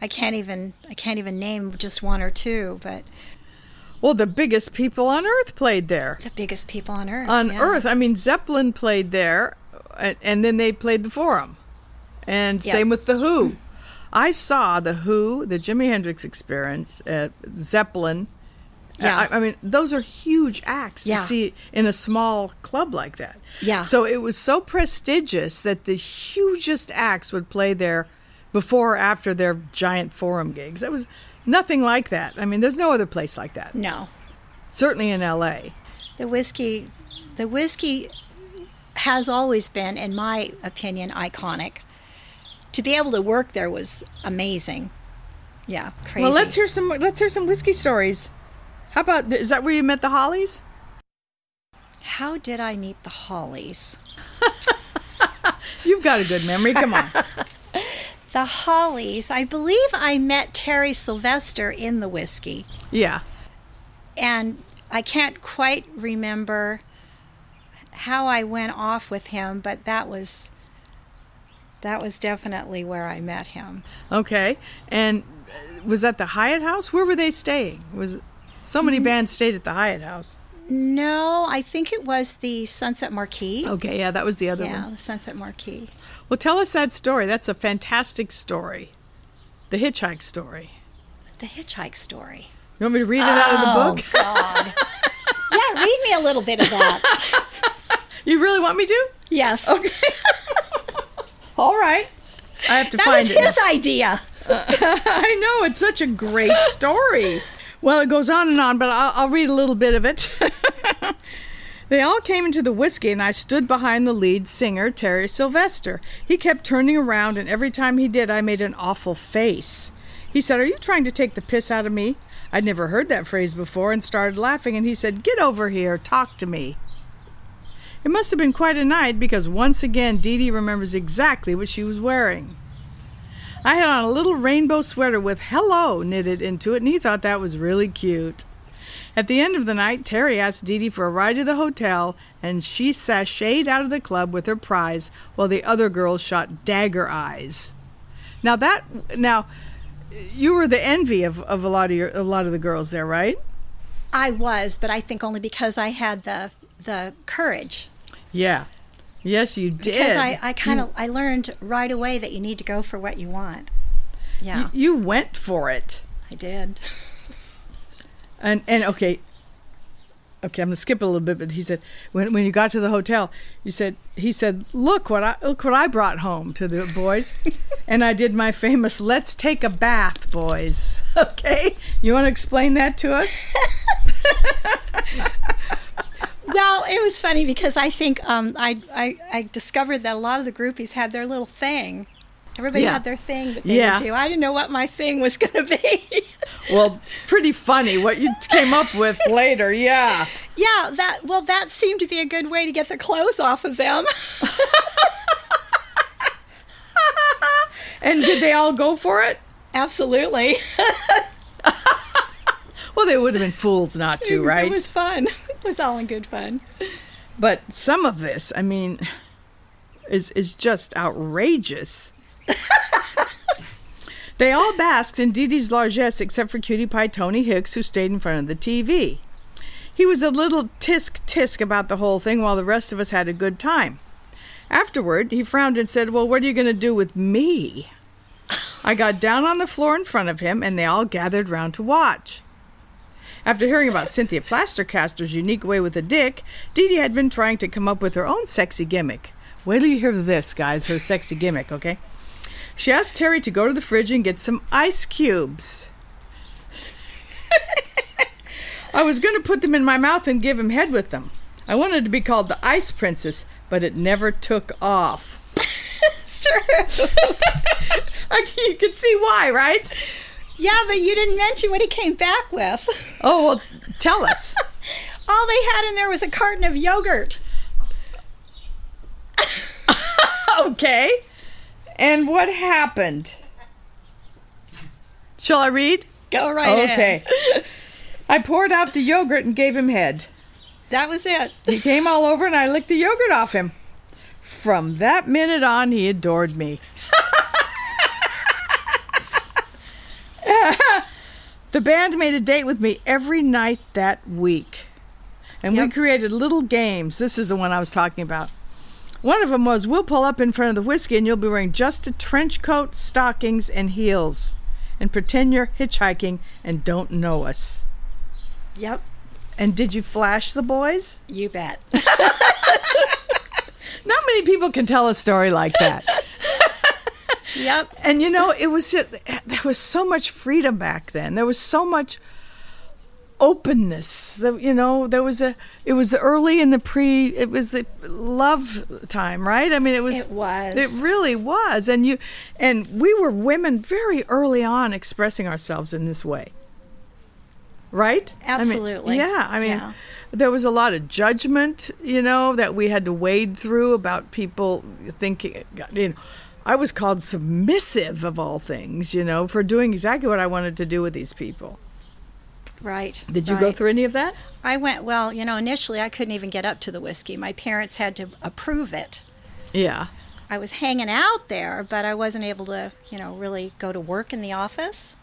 Speaker 6: I can't even I can't even name just one or two. But
Speaker 4: Well, the biggest people on earth played there.
Speaker 6: the biggest people on earth.
Speaker 4: On
Speaker 6: yeah.
Speaker 4: earth, I mean, Zeppelin played there, and, and then they played the Forum, and
Speaker 6: Yeah.
Speaker 4: same with the Who. I saw the Who, the Jimi Hendrix Experience, uh, Zeppelin.
Speaker 6: Yeah.
Speaker 4: I, I mean, those are huge acts
Speaker 6: Yeah.
Speaker 4: to see in a small club like that.
Speaker 6: Yeah.
Speaker 4: So it was so prestigious that the hugest acts would play there before or after their giant forum gigs. It was nothing like that. I mean, there's no other place like that.
Speaker 6: No,
Speaker 4: Certainly in LA.
Speaker 6: the whiskey, the whiskey has always been, in my opinion, iconic. To be able to work there was amazing. Yeah, crazy.
Speaker 4: Well, let's hear some let's hear some whiskey stories. How about is that where you met the Hollies?
Speaker 6: How did I meet the Hollies?
Speaker 4: You've got a good memory. Come on.
Speaker 6: The Hollies. I believe I met Terry Sylvester in the whiskey,
Speaker 4: Yeah.
Speaker 6: and I can't quite remember how I went off with him, but that was that was definitely where I met him.
Speaker 4: Okay. And uh, was that the Hyatt House? Where were they staying? Was so
Speaker 6: Mm-hmm.
Speaker 4: many bands stayed at the Hyatt House.
Speaker 6: No, I think it was the Sunset Marquee.
Speaker 4: Okay, yeah, that was the other
Speaker 6: yeah,
Speaker 4: Oh, one.
Speaker 6: the Sunset Marquee.
Speaker 4: Well, tell us that story. That's a fantastic story. The hitchhike story.
Speaker 6: The hitchhike story.
Speaker 4: You want me to read it out of
Speaker 6: Oh.
Speaker 4: the book?
Speaker 6: God. yeah, read me a little bit of that.
Speaker 4: You really want me to?
Speaker 6: Yes.
Speaker 4: All right. I have to
Speaker 6: That
Speaker 4: find
Speaker 6: was
Speaker 4: it. now.
Speaker 6: his idea.
Speaker 4: I know it's such a great story. Well, it goes on and on, but I'll, I'll read a little bit of it. they all came into the whiskey, and I stood behind the lead singer, Terry Sylvester. He kept turning around, and every time he did, I made an awful face. He said, Are you trying to take the piss out of me? I'd never heard that phrase before and started laughing, and he said, Get over here, talk to me. It must have been quite a night because once again Dee Dee remembers exactly what she was wearing. I had on a little rainbow sweater with hello knitted into it, and he thought that was really cute. At the end of the night, Terry asked Dee Dee for a ride to the hotel, and she sashayed out of the club with her prize while the other girls shot dagger eyes. Now that now you were the envy of, of a lot of your, a lot of the girls there, right?
Speaker 6: I was, but I think only because I had the the courage.
Speaker 4: Yeah. Yes, you did. Mm.
Speaker 6: Because I, I kind of I learned right away that you need to go for what you want. Yeah,
Speaker 4: you went for it.
Speaker 6: I did.
Speaker 4: And and okay, okay, I'm gonna skip a little bit. But he said when when you got to the hotel, you said he said, look what I look what I brought home to the boys, and I did my famous "Let's take a bath, boys." Okay, you want to explain that to us?
Speaker 6: Well, it was funny because I think um, I, I I discovered that a lot of the groupies had their little thing. Everybody
Speaker 4: Yeah.
Speaker 6: had their thing that they
Speaker 4: Yeah.
Speaker 6: would do. I didn't know what my thing was going to be.
Speaker 4: Well, pretty funny what you came up with later. Yeah,
Speaker 6: yeah, that well, that seemed to be a good way to get the clothes off of them.
Speaker 4: and did they all go for it?
Speaker 6: Absolutely,
Speaker 4: Well, they would have been fools not to, right?
Speaker 6: it was fun. It was all in good fun.
Speaker 4: But some of this, I mean, is is just outrageous. they all basked in Dee Dee's largesse except for cutie pie Tony Hicks, who stayed in front of the TV. He was a little tisk tisk about the whole thing while the rest of us had a good time. Afterward, he frowned and said, Well, what are you going to do with me? I got down on the floor in front of him, and they all gathered round to watch. After hearing about Cynthia Plastercaster's unique way with a dick, Dee Dee had been trying to come up with her own sexy gimmick. Wait till you hear this, guys, her sexy gimmick, okay? She asked Terry to go to the fridge and get some ice cubes. I was going to put them in my mouth and give him head with them. I wanted to be called the Ice Princess, but it never took off.
Speaker 6: Sure.
Speaker 4: I, you can see why, right?
Speaker 6: Yeah, but you didn't mention what he came back with.
Speaker 4: Oh, well, tell us.
Speaker 6: All they had in there was a carton of yogurt.
Speaker 4: Okay. And what happened? Shall I read?
Speaker 6: Go right in.
Speaker 4: okay. I poured out the yogurt and gave him head.
Speaker 6: That was it.
Speaker 4: He came all over and I licked the yogurt off him. From that minute on, he adored me. the band made a date with me every night that week. And we created little games. This is the one I was talking about. One of them was we'll pull up in front of the whiskey and you'll be wearing just a trench coat, stockings, and heels. And pretend you're hitchhiking and don't know us.
Speaker 6: Yep.
Speaker 4: And did you flash the boys?
Speaker 6: You bet.
Speaker 4: Not many people can tell a story like that.
Speaker 6: yep.
Speaker 4: and you know, it was just, there was so much freedom back then. There was so much openness. The- You know, there was a it was the early and the pre. It was the love time, right? I mean, it was
Speaker 6: It was.
Speaker 4: it really was. And you and we were women very early on expressing ourselves in this way. Right? I mean,
Speaker 6: Absolutely.
Speaker 4: yeah. I mean,
Speaker 6: Yeah.
Speaker 4: there was a lot of judgment, you know, that we had to wade through about people thinking. God, You know, I was called submissive of all things, you know, for doing exactly what I wanted to do with these people.
Speaker 6: Right.
Speaker 4: Did you go
Speaker 6: right.
Speaker 4: through any of that?
Speaker 6: I went, well, you know, initially I couldn't even get up to the whiskey. My parents had to approve it.
Speaker 4: Yeah.
Speaker 6: I was hanging out there, but I wasn't able to, you know, really go to work in the office.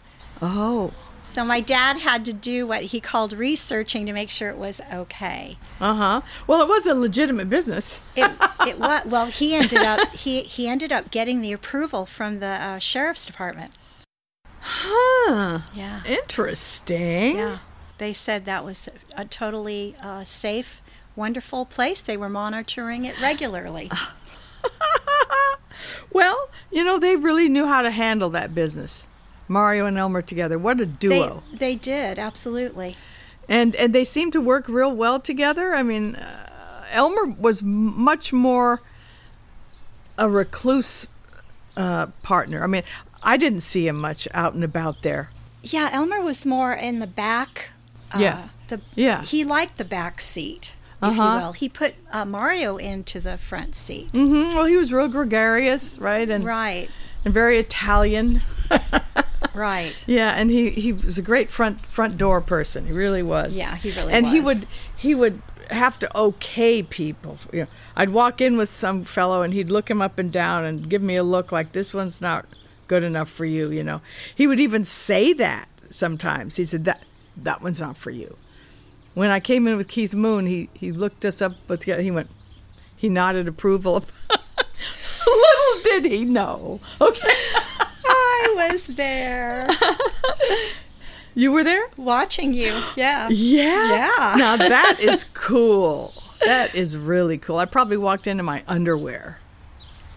Speaker 4: Oh.
Speaker 6: So my dad had to do what he called researching to make sure it was okay.
Speaker 4: Uh huh. Well, it was a legitimate business.
Speaker 6: It, it was, well, he ended up he he ended up getting the approval from the uh, sheriff's department. Yeah.
Speaker 4: Interesting.
Speaker 6: Yeah. They said that was a totally uh, safe, wonderful place. They were monitoring it regularly.
Speaker 4: Well, you know, they really knew how to handle that business. Mario and Elmer together. What a
Speaker 6: They,
Speaker 4: duo.
Speaker 6: they did, absolutely.
Speaker 4: and and they seem to work real well together. I mean, uh, Elmer was m- much more a recluse uh, partner. I mean, I didn't see him much out and about there.
Speaker 6: Yeah, Elmer was more in the back. Uh,
Speaker 4: Yeah.
Speaker 6: The,
Speaker 4: Yeah.
Speaker 6: He liked the back seat, if
Speaker 4: Uh-huh.
Speaker 6: you will. He put uh, Mario into the front seat.
Speaker 4: hmm Well, he was real gregarious, right? And
Speaker 6: Right,
Speaker 4: and very Italian.
Speaker 6: right.
Speaker 4: Yeah, and he, he was a great front front door person. He really was.
Speaker 6: Yeah, he really
Speaker 4: and he
Speaker 6: was.
Speaker 4: would he would have to okay people. You know, I'd walk in with some fellow and he'd look him up and down and give me a look like this one's not good enough for you. You know, he would even say that sometimes. He said that that one's not for you. When I came in with Keith Moon, he he looked us up with he went he nodded approval. Little did he know. Okay,
Speaker 6: I was there
Speaker 4: you were there.
Speaker 6: watching you. Yeah.
Speaker 4: Yeah.
Speaker 6: Yeah.
Speaker 4: Now that is cool. That is really cool. I probably walked into my underwear.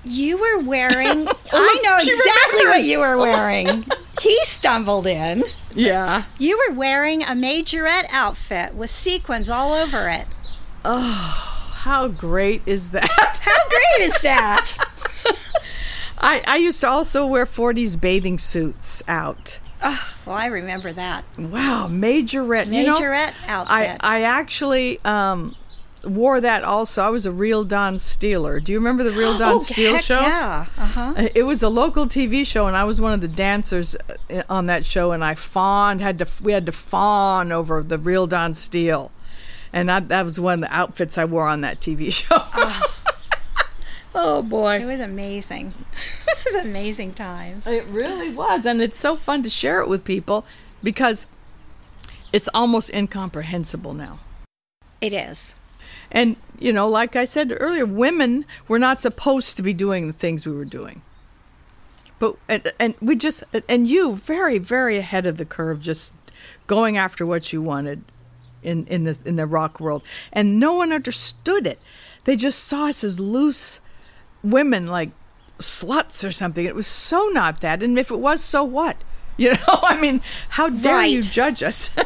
Speaker 6: You were wearing. I know
Speaker 4: Oh, she
Speaker 6: exactly what
Speaker 4: remembers.
Speaker 6: you were wearing. he stumbled in.
Speaker 4: Yeah.
Speaker 6: You were wearing a majorette outfit with sequins all over it.
Speaker 4: How great is that?
Speaker 6: How great is that?
Speaker 4: I, I used to also wear 40s bathing suits out.
Speaker 6: Well, I remember that.
Speaker 4: Wow, majorette. You know,
Speaker 6: Majorette outfit.
Speaker 4: I, I actually um, wore that also. I was a Real Don Steeler. Do you remember the Real Don
Speaker 6: Oh,
Speaker 4: Steele
Speaker 6: heck
Speaker 4: show?
Speaker 6: Yeah. Uh-huh.
Speaker 4: Uh, It was a local TV show, and I was one of the dancers uh, on that show. And I fawned had to we had to fawn over the real Don Steele, and I, that was one of the outfits I wore on that TV show. oh
Speaker 6: It
Speaker 4: boy,
Speaker 6: was amazing. it was amazing times.
Speaker 4: it really was, and it's so fun to share it with people because it's almost incomprehensible now.
Speaker 6: It is.
Speaker 4: And you know, like I said earlier, women were not supposed to be doing the things we were doing. But and, and we just and you very very ahead of the curve, just going after what you wanted in in the in the rock world, and no one understood it. They just saw us as loose women, like sluts or something. It was so not that, and if it was, so what? You know, I mean, how dare you
Speaker 6: Right.
Speaker 4: judge us?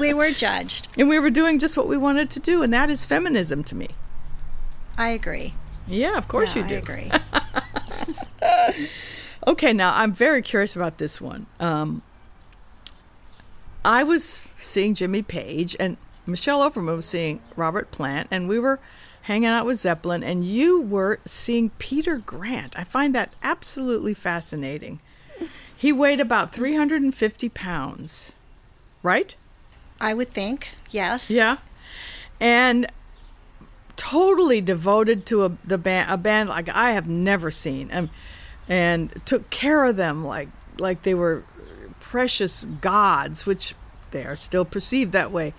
Speaker 6: We were judged.
Speaker 4: and we were doing just what we wanted to do, and that is feminism to me.
Speaker 6: I agree.
Speaker 4: Yeah, of course
Speaker 6: Yeah,
Speaker 4: you do.
Speaker 6: I agree.
Speaker 4: Okay, now I'm very curious about this one. Um, I was seeing Jimmy Page, and Michelle Overman was seeing Robert Plant, and we were hanging out with Zeppelin, and you were seeing Peter Grant. I find that absolutely fascinating. He weighed about 350 pounds, right?
Speaker 6: I would think. Yes.
Speaker 4: Yeah, and totally devoted to a the band a band like I have never seen, and and took care of them like like they were precious gods, which they are still perceived that way.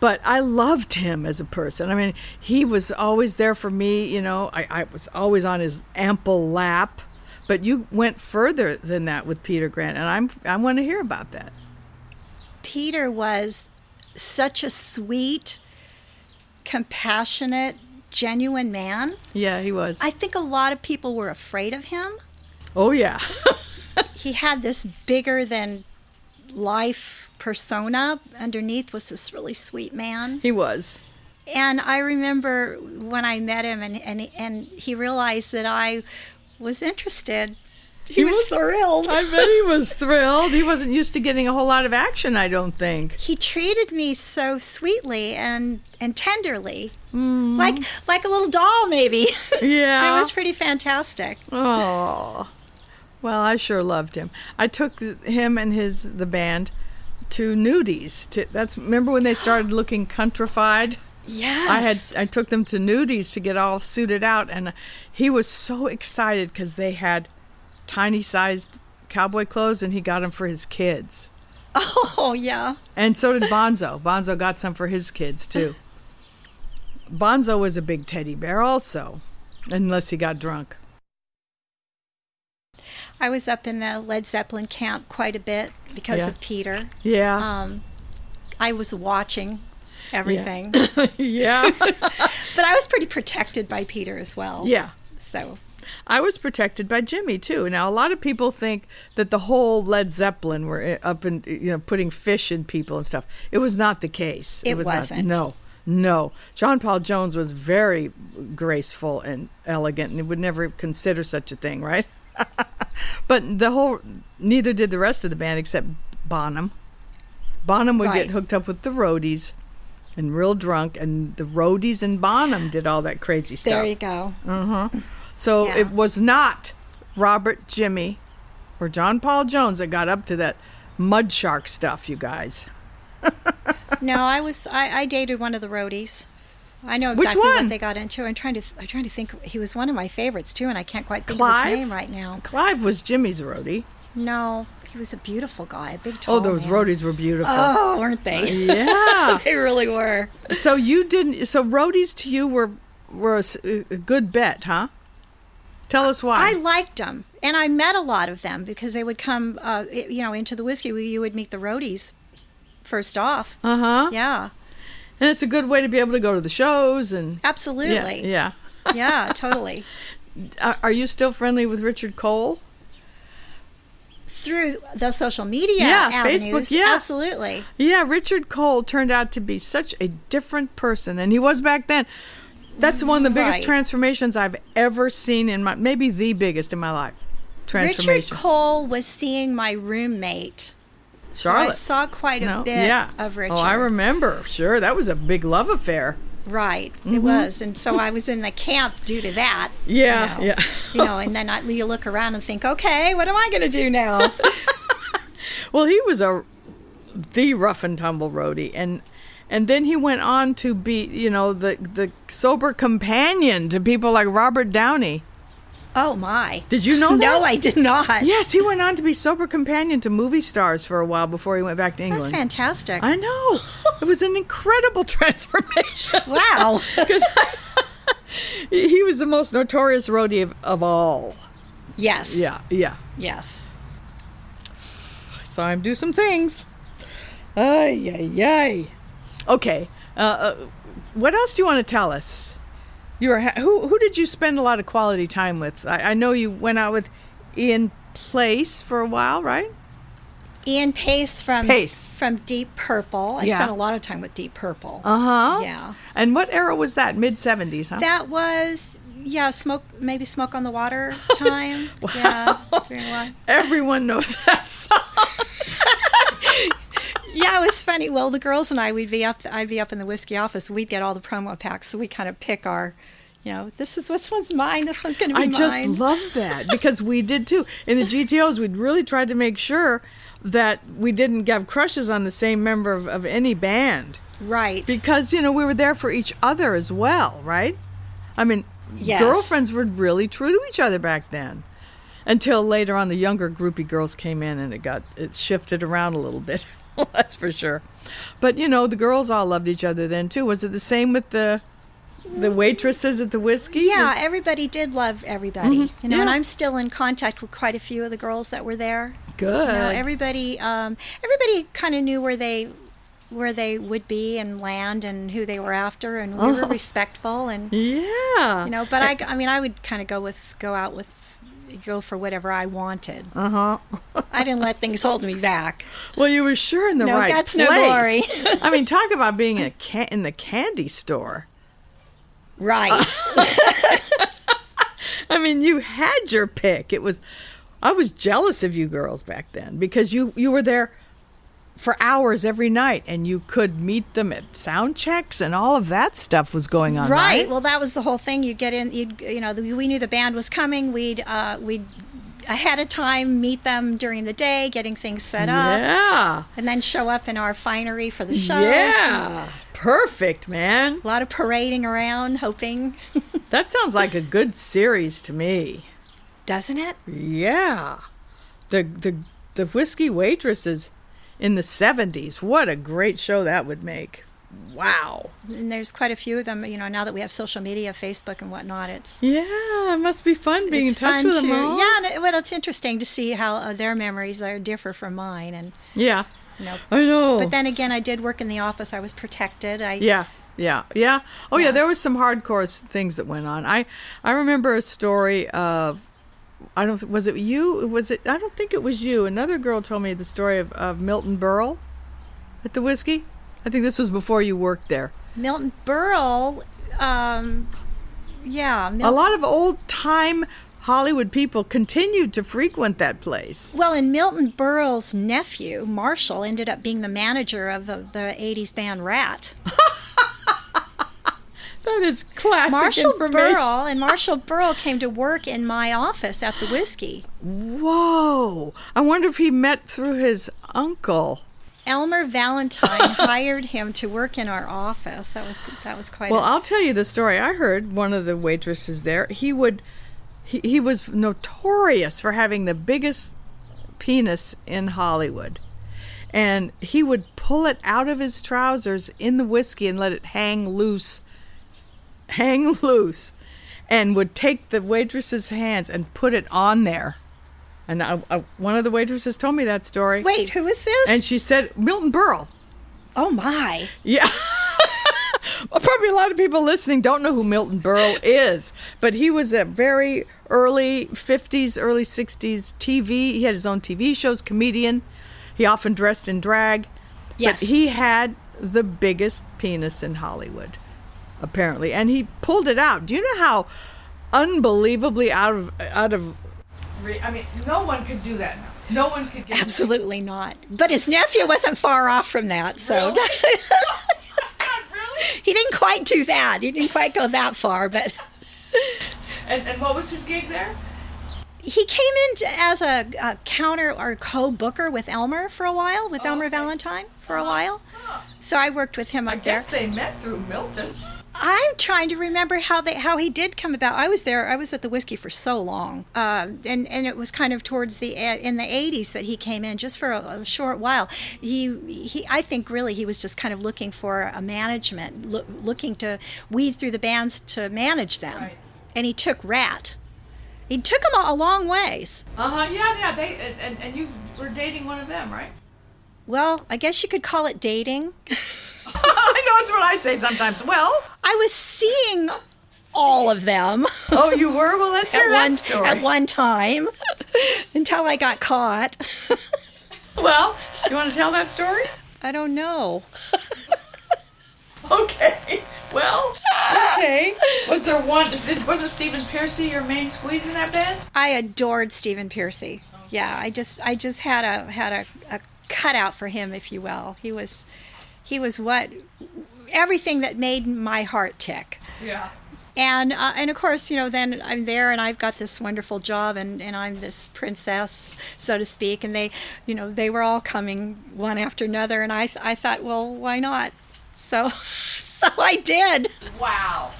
Speaker 4: But I loved him as a person. I mean, he was always there for me. You know, I, I was always on his ample lap. But you went further than that with Peter Grant, and I'm I want to hear about that.
Speaker 6: Peter was such a sweet, compassionate, genuine man.
Speaker 4: Yeah, he was.
Speaker 6: I think a lot of people were afraid of him.
Speaker 4: oh yeah,
Speaker 6: He had this bigger than life persona. Underneath was this really sweet man.
Speaker 4: he was.
Speaker 6: And I remember when I met him and, and, and he realized that I was interested. He, was,
Speaker 4: was-
Speaker 6: thrilled.
Speaker 4: I bet he was thrilled. He wasn't used to getting a whole lot of action, I don't think.
Speaker 6: he treated me so sweetly and, and tenderly. Like like a little doll maybe.
Speaker 4: Yeah.
Speaker 6: It was pretty fantastic.
Speaker 4: Oh. Well, I sure loved him. I took th- him and his the band to Nudies. To, that's remember when they started looking countrified.
Speaker 6: Yes.
Speaker 4: I had I took them to Nudies to get all suited out, and he was so excited because they had tiny sized cowboy clothes, and he got them for his kids.
Speaker 6: Oh yeah.
Speaker 4: And so did Bonzo. Bonzo got some for his kids too. Bonzo was a big teddy bear also, unless he got drunk.
Speaker 6: I was up in the Led Zeppelin camp quite a bit because
Speaker 4: Yeah.
Speaker 6: of Peter.
Speaker 4: Yeah.
Speaker 6: Um, I was watching everything,
Speaker 4: yeah.
Speaker 6: but I was pretty protected by Peter as well.
Speaker 4: yeah.
Speaker 6: So
Speaker 4: I was protected by Jimmy too. Now a lot of people think that the whole Led Zeppelin were i- up in you know putting fish in people and stuff. It was not the case.
Speaker 6: It
Speaker 4: was not-
Speaker 6: wasn't.
Speaker 4: no, no. John Paul Jones was very graceful and elegant, and would never consider such a thing, right? but the whole neither did the rest of the band except Bonham. Bonham would
Speaker 6: Right.
Speaker 4: get hooked up with the roadies. And real drunk, and the roadies and Bonham did all that crazy stuff.
Speaker 6: there you go.
Speaker 4: So
Speaker 6: Yeah.
Speaker 4: it was not Robert Jimmy or John Paul Jones that got up to that mud shark stuff, you guys.
Speaker 6: No, I was I, I dated one of the roadies. I know exactly
Speaker 4: one?
Speaker 6: what they got into. I'm trying to I'm trying to think. He was one of my favorites too, and I can't quite think of
Speaker 4: Clive?
Speaker 6: his name right now.
Speaker 4: Clive was Jimmy's roadie.
Speaker 6: No, he was a beautiful guy, a big tall.
Speaker 4: Oh, those
Speaker 6: man.
Speaker 4: roadies were beautiful.
Speaker 6: Oh, weren't they?
Speaker 4: Yeah.
Speaker 6: they really were.
Speaker 4: so you didn't. So roadies to you were were a, s- a good bet, huh? Tell us why.
Speaker 6: I liked them, and I met a lot of them because they would come, uh, i- you know, into the whiskey. where You would meet the roadies first off.
Speaker 4: uh huh.
Speaker 6: Yeah,
Speaker 4: And it's a good way to be able to go to the shows and. Yeah,
Speaker 6: absolutely.
Speaker 4: Yeah.
Speaker 6: yeah totally.
Speaker 4: Are- Are you still friendly with Richard Cole?
Speaker 6: Through those social media
Speaker 4: Yeah,
Speaker 6: avenues,
Speaker 4: Facebook, yeah.
Speaker 6: absolutely.
Speaker 4: Yeah, Richard Cole turned out to be such a different person than he was back then. That's one of the biggest
Speaker 6: Right.
Speaker 4: transformations I've ever seen in my maybe the biggest in my life.
Speaker 6: Richard
Speaker 4: Transformation.
Speaker 6: Cole was seeing my roommate. So I
Speaker 4: Charlotte.
Speaker 6: saw quite a
Speaker 4: No,
Speaker 6: bit
Speaker 4: yeah.
Speaker 6: of Richard.
Speaker 4: Oh, I remember. Sure, that was a big love affair.
Speaker 6: Right,
Speaker 4: Mm-hmm.
Speaker 6: it was, and so I was in the camp due to that.
Speaker 4: Yeah,
Speaker 6: you know.
Speaker 4: yeah.
Speaker 6: you know, and then I, you look around and think, okay, what am I going to do now?
Speaker 4: Well, he was a the rough and tumble roadie, and and then he went on to be, you know, the the sober companion to people like Robert Downey.
Speaker 6: oh my!
Speaker 4: Did you know that?
Speaker 6: No, I did not.
Speaker 4: Yes, he went on to be sober companion to movie stars for a while before he went back to
Speaker 6: That's
Speaker 4: England.
Speaker 6: fantastic.
Speaker 4: I know. It was an incredible transformation.
Speaker 6: wow.
Speaker 4: Because he was the most notorious roadie of, of all.
Speaker 6: yes.
Speaker 4: Yeah, yeah.
Speaker 6: Yes.
Speaker 4: I saw him do some things. Ay, ay, ay. Okay. Uh, uh, what else do you want to tell us? You were ha- who? Who did you spend a lot of quality time with? I, I know you went out with Ian Place for a while, right?
Speaker 6: Ian Pace from
Speaker 4: Pace.
Speaker 6: from Deep Purple. I
Speaker 4: Yeah.
Speaker 6: spent a lot of time with Deep Purple.
Speaker 4: Uh huh.
Speaker 6: Yeah.
Speaker 4: And what era was that? Mid seventies, huh?
Speaker 6: That was yeah, smoke maybe smoke on the water time. Yeah. during a while.
Speaker 4: Everyone knows that song.
Speaker 6: Yeah, it was funny. Well, the girls and I we'd be up I'd be up in the whiskey office. We'd get all the promo packs, so we kind of pick our you know, this is this one's mine, this one's gonna be
Speaker 4: I
Speaker 6: mine.
Speaker 4: just love that because we did too. In the GTOs, we'd really tried to make sure that we didn't have crushes on the same member of, of any band
Speaker 6: right.
Speaker 4: because, you know, we were there for each other as well, right? I mean,
Speaker 6: Yes.
Speaker 4: girlfriends were really true to each other back then until later on the younger groupie girls came in and it got it shifted around a little bit. That's for sure. But, you know, the girls all loved each other then too. Was it the same with the. The waitresses at the whiskey?
Speaker 6: Yeah, everybody did love everybody. You know, and
Speaker 4: Mm-hmm. Yeah.
Speaker 6: I'm still in contact with quite a few of the girls that were there.
Speaker 4: Good.
Speaker 6: You know, everybody, um, everybody kind of knew where they where they would be and land and who they were after, and we were respectful and
Speaker 4: Oh. Yeah.
Speaker 6: you know. But I, I mean, I would kind of go with go out with go for whatever I wanted. Uh
Speaker 4: Uh-huh.
Speaker 6: huh. I didn't let things hold me back.
Speaker 4: well, you were sure in the
Speaker 6: No
Speaker 4: right
Speaker 6: guts,
Speaker 4: place.
Speaker 6: no
Speaker 4: I mean, talk about being in a ca- in the candy store.
Speaker 6: Right.
Speaker 4: I mean, you had your pick. It was I was jealous of you girls back then because you you were there for hours every night and you could meet them at sound checks and all of that stuff was going on.
Speaker 6: right. Well, that was the whole thing. You get in, you'd, you know, the, we knew the band was coming. We'd, uh, we'd ahead of time meet them during the day, getting things set up,
Speaker 4: Yeah.
Speaker 6: and then show up in our finery for the show.
Speaker 4: Yeah. Perfect, man.
Speaker 6: A lot of parading around, hoping.
Speaker 4: That sounds like a good series to me.
Speaker 6: Doesn't it?
Speaker 4: Yeah. The the the whiskey waitresses in the 70s. What a great show that would make. Wow.
Speaker 6: And there's quite a few of them, you know, now that we have social media, Facebook and whatnot, it's,
Speaker 4: Yeah, it must be fun being
Speaker 6: it's
Speaker 4: in touch
Speaker 6: fun
Speaker 4: with
Speaker 6: to,
Speaker 4: them all.
Speaker 6: yeah, and it, well, it's interesting to see how uh, their memories are differ from mine. And,
Speaker 4: Yeah.
Speaker 6: you know,
Speaker 4: I know.
Speaker 6: but then again, I did work in the office. I was protected. I,
Speaker 4: Oh. Yeah, yeah, yeah. Oh yeah, there was some hardcore s- things that went on. I I remember a story of I don't th- was it you was it I don't think it was you. Another girl told me the story of, of Milton Berle at the whiskey. I think this was before you worked there.
Speaker 6: Milton Berle, um, yeah.
Speaker 4: A
Speaker 6: Mil-
Speaker 4: lot of old time Hollywood people continued to frequent that place.
Speaker 6: well, and Milton Berle's nephew, Marshall, ended up being the manager of the, the 80s band Rat.
Speaker 4: That is classic
Speaker 6: Marshall
Speaker 4: information.
Speaker 6: Burl and Marshall Burl came to work in my office at the whiskey.
Speaker 4: Whoa! I wonder if he met through his uncle.
Speaker 6: Elmer Valentine hired him to work in our office. That was that was quite.
Speaker 4: Well,
Speaker 6: a,
Speaker 4: I'll tell you the story. I heard one of the waitresses there. He would, he, he was notorious for having the biggest penis in Hollywood, and he would pull it out of his trousers in the whiskey and let it hang loose, hang loose, and would take the waitress's hands and put it on there. And I, I, one of the waitresses told me that story,
Speaker 6: wait, who is this?
Speaker 4: and she said Milton Berle.
Speaker 6: oh my!
Speaker 4: Yeah. Well, Probably a lot of people listening don't know who Milton Berle is, but he was a very early 50s, early 60s TV. He had his own TV shows, comedian. He often dressed in drag.
Speaker 6: Yes.
Speaker 4: But he had the biggest penis in Hollywood, apparently. And he pulled it out. Do you know how unbelievably out of out of re- I mean, no one could do that now. No one could get
Speaker 6: Absolutely not. But his nephew wasn't far off from that, so
Speaker 4: God, really?
Speaker 6: he didn't quite do that. He didn't quite go that far, but.
Speaker 4: And and what was his gig there?
Speaker 6: he came in as a, a counter or co-booker with Elmer for a while, with Elmer Valentine for a while. So I worked with him up there.
Speaker 4: they met through Milton.
Speaker 6: I'm trying to remember how they how he did come about. I was there. I was at the whiskey for so long, uh, and and it was kind of towards the e- in the 80s that he came in just for a, a short while. He he. I think really he was just kind of looking for a management, loo- looking to weed through the bands to manage them, and he took Rat. He took him a, a long ways.
Speaker 4: Uh huh. Yeah, yeah. They and, and you were dating one of them, right?
Speaker 6: Well, I guess you could call it dating.
Speaker 4: I know it's what I say sometimes. Well,
Speaker 6: I was seeing all of them
Speaker 4: oh, you were. Well, let's
Speaker 6: at
Speaker 4: hear that
Speaker 6: one
Speaker 4: story.
Speaker 6: at one time until I got caught.
Speaker 4: Well, you want to tell that story?
Speaker 6: I don't know.
Speaker 4: Okay. Well, okay. Was there one? is it- Wasn't Stephen Piercy your main squeeze in that band?
Speaker 6: I adored Stephen Piercy. Yeah, I just I just had a had a, a cutout for him, if you will. He was he was what everything that made my heart tick.
Speaker 4: Yeah.
Speaker 6: and uh, and of course you know then I'm there and I've got this wonderful job and and I'm this princess so to speak and they you know they were all coming one after another and I th- I thought well why not so so I did
Speaker 4: Wow.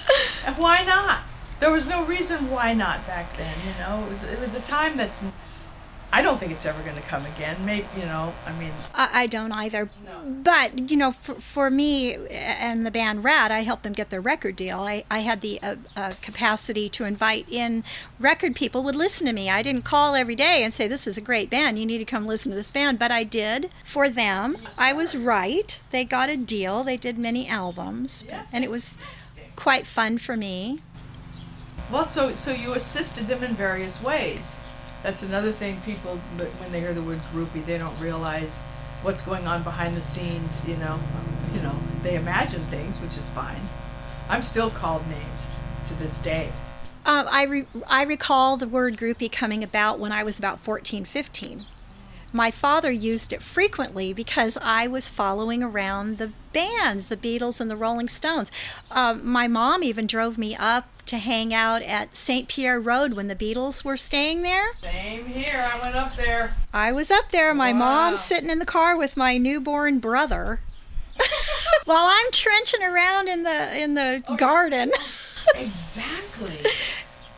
Speaker 4: And why not? There was no reason why not back then. You know, it was it was a time that's. I don't think it's ever going to come again. Maybe you know. I mean,
Speaker 6: I, I don't either but you know for, for me and the band Rat I helped them get their record deal I I had the uh, uh, capacity to invite in record people would listen to me I didn't call every day and say this is a great band you need to come listen to this band but I did for them I was right they got a deal they did many albums and it was quite fun for me
Speaker 4: Well, so so you assisted them in various ways. That's another thing people, when they hear the word groupie, they don't realize what's going on behind the scenes. You know, you know, they imagine things, which is fine. I'm still called names t- to this day.
Speaker 6: Um, I, re- I recall the word groupie coming about when I was about 14, 15. My father used it frequently because I was following around the bands, the Beatles and the Rolling Stones. Um, my mom even drove me up to hang out at St. Pierre Road when the Beatles were staying there.
Speaker 4: Same here. I went up there.
Speaker 6: I was up there, my
Speaker 4: Wow.
Speaker 6: mom sitting in the car with my newborn brother. While I'm trenching around in the in the garden,
Speaker 4: Exactly.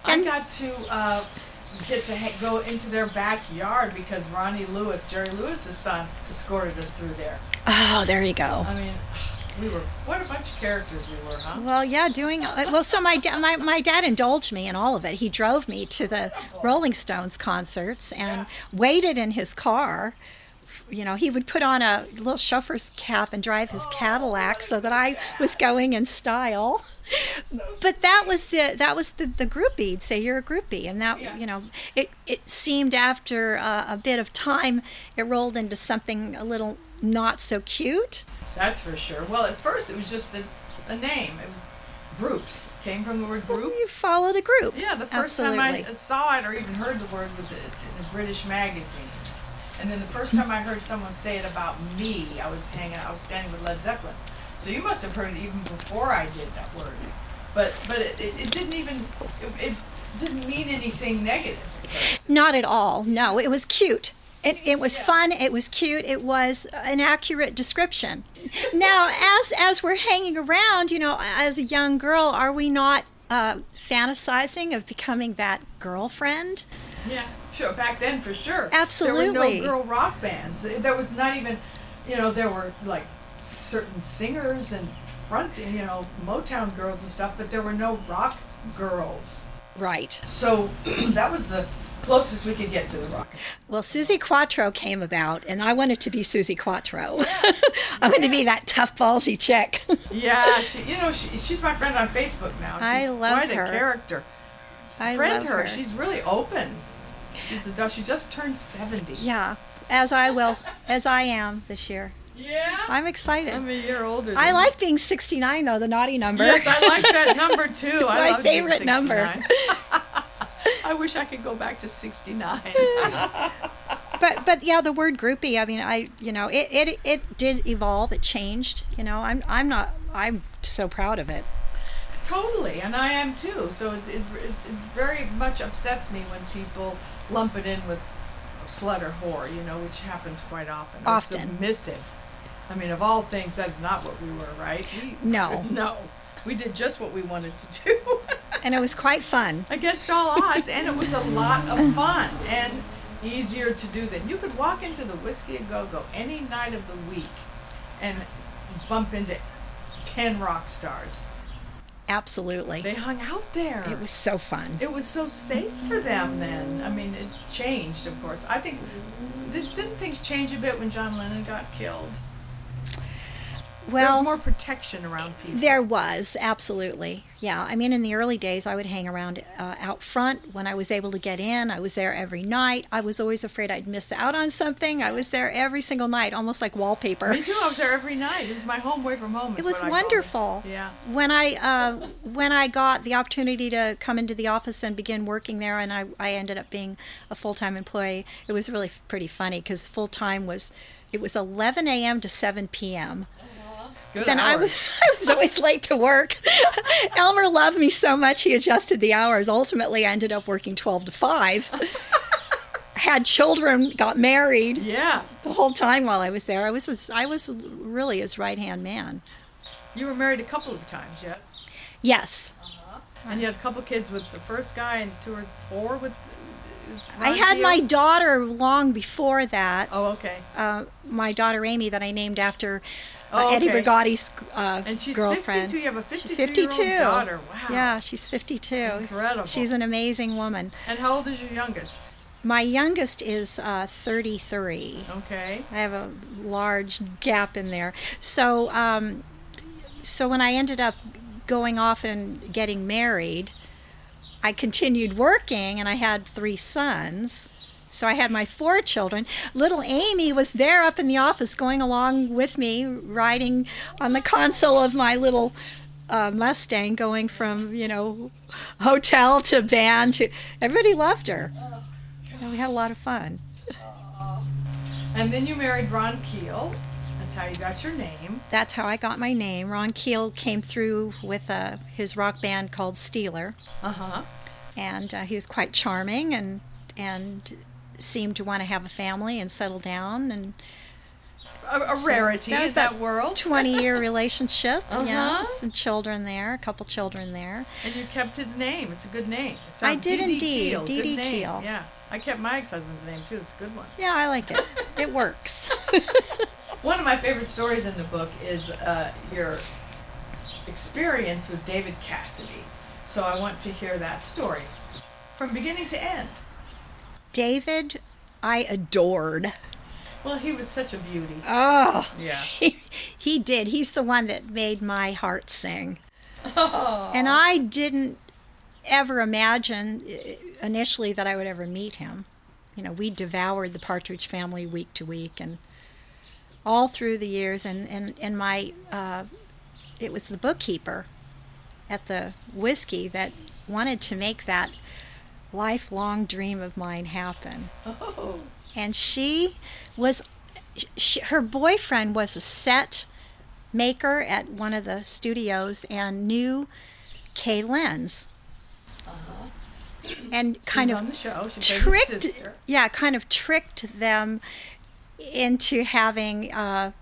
Speaker 4: I
Speaker 6: And-
Speaker 4: got to uh, get to ha- go into their backyard because Ronnie Lewis, Jerry Lewis's son, escorted us through there.
Speaker 6: oh, there you go.
Speaker 4: I mean, We were what a bunch of characters we were, huh?
Speaker 6: Well, yeah, doing uh, well. So my da- my my dad indulged me in all of it. He drove me to the Rolling Stones concerts and waited in his car. You know, he would put on a little chauffeur's cap and drive his Cadillac so that I was going in style. but that was the that was the the groupie. He'd say you're a groupie, and that you know it it seemed after uh, a bit of time it rolled into something a little not so cute.
Speaker 4: That's for sure. Well, at first it was just a, a name. It was groups came from the word group.
Speaker 6: You followed a group.
Speaker 4: Yeah, the first time I saw it or even heard the word was in a British magazine. And then the first time I heard someone say it about me, I was hanging, I was standing with Led Zeppelin. So you must have heard it even before I did that word. But but it, it, it didn't even it, it didn't mean anything negative.
Speaker 6: Not at all. No, it was cute. It, it was fun. It was cute. It was an accurate description. Now, as as we're hanging around, you know, as a young girl, are we not uh, fantasizing of becoming that girlfriend?
Speaker 4: Yeah, sure. Back then, for sure. There were
Speaker 6: Absolutely.
Speaker 4: no girl rock bands. There was not even, you know, there were like certain singers and front, you know, Motown girls and stuff, but there were no rock girls.
Speaker 6: Right.
Speaker 4: So that was the closest we could get to the rock.
Speaker 6: Well, Susie Quattro came about, and I wanted to be Susie Quattro. I wanted to be that tough, ballsy chick.
Speaker 4: Yeah, she, you know, she, she's my friend on Facebook now. She's
Speaker 6: I love
Speaker 4: quite
Speaker 6: her.
Speaker 4: a character.
Speaker 6: I
Speaker 4: friend
Speaker 6: love
Speaker 4: her.
Speaker 6: her.
Speaker 4: She's really open. She's a doll. She just turned 70.
Speaker 6: yeah, as I will, as I am this year.
Speaker 4: Yeah.
Speaker 6: I'm excited.
Speaker 4: I'm a year older than
Speaker 6: I like being 69, though, the naughty number.
Speaker 4: Yes, I like that number too. it's
Speaker 6: my
Speaker 4: I love being
Speaker 6: favorite number.
Speaker 4: 69. I wish I could go back to 69.
Speaker 6: but but yeah, the word groupie. I mean, I you know it it it did evolve. It changed. You know, I'm I'm not I'm so proud of it.
Speaker 4: totally, and I am too. So it, it, it, it very much upsets me when people lump it in with slut or whore, you know, which happens quite often. Or
Speaker 6: Often.
Speaker 4: submissive. I mean, of all things, that is not what we were, right? We,
Speaker 6: No.
Speaker 4: No. We did just what we wanted to do.
Speaker 6: And it was quite fun.
Speaker 4: against all odds, and it was a lot of fun and easier to do than you could walk into the Whiskey a Go Go any night of the week and bump into ten rock stars.
Speaker 6: Absolutely,
Speaker 4: They hung out there.
Speaker 6: it was so fun.
Speaker 4: It was so safe for them then. I mean, it changed, of course. I think did- didn't things change a bit when John Lennon got killed? there
Speaker 6: Well,
Speaker 4: was more protection around people.
Speaker 6: There was absolutely, yeah. I mean, in the early days, I would hang around uh, out front when I was able to get in. I was there every night. I was always afraid I'd miss out on something. I was there every single night, almost like wallpaper.
Speaker 4: Me too. I was there every night. It was my home away from home. is
Speaker 6: It was
Speaker 4: what I call
Speaker 6: wonderful.
Speaker 4: Yeah.
Speaker 6: When I uh, when I got the opportunity to come into the office and begin working there, and I, I ended up being a full time employee. It was really pretty funny because full time was it was 11 a.m. to 7 p.m.
Speaker 4: Good
Speaker 6: Then I
Speaker 4: hours.
Speaker 6: was I was always late to work. Elmer loved me so much he adjusted the hours. Ultimately, I ended up working 12 to 5. Had children, got married
Speaker 4: Yeah.
Speaker 6: the whole time while I was there. I was his, I was really his right hand man.
Speaker 4: You were married a couple of times, yes?
Speaker 6: Yes.
Speaker 4: And you had a couple kids with the first guy and two or four with. with
Speaker 6: I
Speaker 4: Ron
Speaker 6: had
Speaker 4: Deal?
Speaker 6: my daughter long before that.
Speaker 4: Oh, okay.
Speaker 6: Uh, my daughter Amy, that I named after uh,
Speaker 4: Oh,
Speaker 6: Eddie
Speaker 4: okay.
Speaker 6: Brigotti's uh,
Speaker 4: And she's
Speaker 6: girlfriend.
Speaker 4: 52. You have a
Speaker 6: She's
Speaker 4: 52 year old daughter. Wow.
Speaker 6: Yeah, she's 52.
Speaker 4: Incredible.
Speaker 6: She's an amazing woman.
Speaker 4: And how old is your youngest?
Speaker 6: My youngest is uh, 33.
Speaker 4: Okay.
Speaker 6: I have a large gap in there. So, um, so when I ended up going off and getting married, I continued working, and I had three sons. So I had my four children. Little Amy was there up in the office, going along with me, riding on the console of my little uh, Mustang, going from you know hotel to van to. Everybody loved her. And we had a lot of fun.
Speaker 4: And then you married Ron Keel. That's how you got your name.
Speaker 6: that's how I got my name. Ron Keel came through with uh, his rock band called Steeler,
Speaker 4: Uh huh.
Speaker 6: and uh, he was quite charming and and seemed to want to have a family and settle down. And
Speaker 4: A, a rarity in
Speaker 6: about
Speaker 4: that world.
Speaker 6: twenty year relationship. Yeah,
Speaker 4: Uh-huh.
Speaker 6: some children there, a couple children there.
Speaker 4: And you kept his name. It's a good name. It
Speaker 6: I
Speaker 4: sounds-
Speaker 6: did
Speaker 4: D.D.
Speaker 6: indeed.
Speaker 4: Keel. Good
Speaker 6: D.D.
Speaker 4: name.
Speaker 6: Keel.
Speaker 4: Yeah. I kept my ex husband's name too. It's a good one.
Speaker 6: Yeah, I like it. it works.
Speaker 4: One of my favorite stories in the book is uh, your experience with David Cassidy. So I want to hear that story from beginning to end.
Speaker 6: David, I adored.
Speaker 4: Well, he was such a beauty.
Speaker 6: Oh,
Speaker 4: Yeah.
Speaker 6: he did. He's the one that made my heart sing. And I didn't ever imagine eh, initially that I would ever meet him. You know, we devoured the Partridge Family week to week and all through the years. And, and, and my, uh, it was the bookkeeper at the whiskey that wanted to make that lifelong dream of mine happen
Speaker 4: Oh.
Speaker 6: and she was she, her boyfriend was a set maker at one of the studios and knew Kay Lenz and kind
Speaker 4: She's
Speaker 6: of
Speaker 4: on the show. Uh-huh. She played his
Speaker 6: tricked
Speaker 4: sister.
Speaker 6: yeah kind of tricked them into having uh,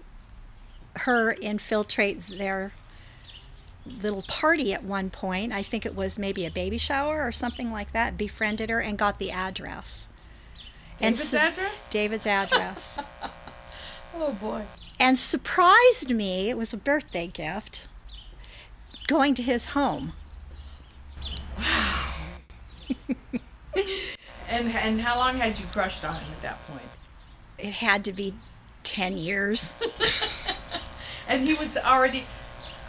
Speaker 6: her infiltrate their little party at one point i think it was maybe a baby shower or something like that befriended her and got the address and
Speaker 4: David's
Speaker 6: so-
Speaker 4: address?
Speaker 6: david's address
Speaker 4: Oh boy.
Speaker 6: and surprised me it was a birthday gift going to his home
Speaker 4: And and how long had you crushed on him at that point?
Speaker 6: it had to be 10 years
Speaker 4: And he was already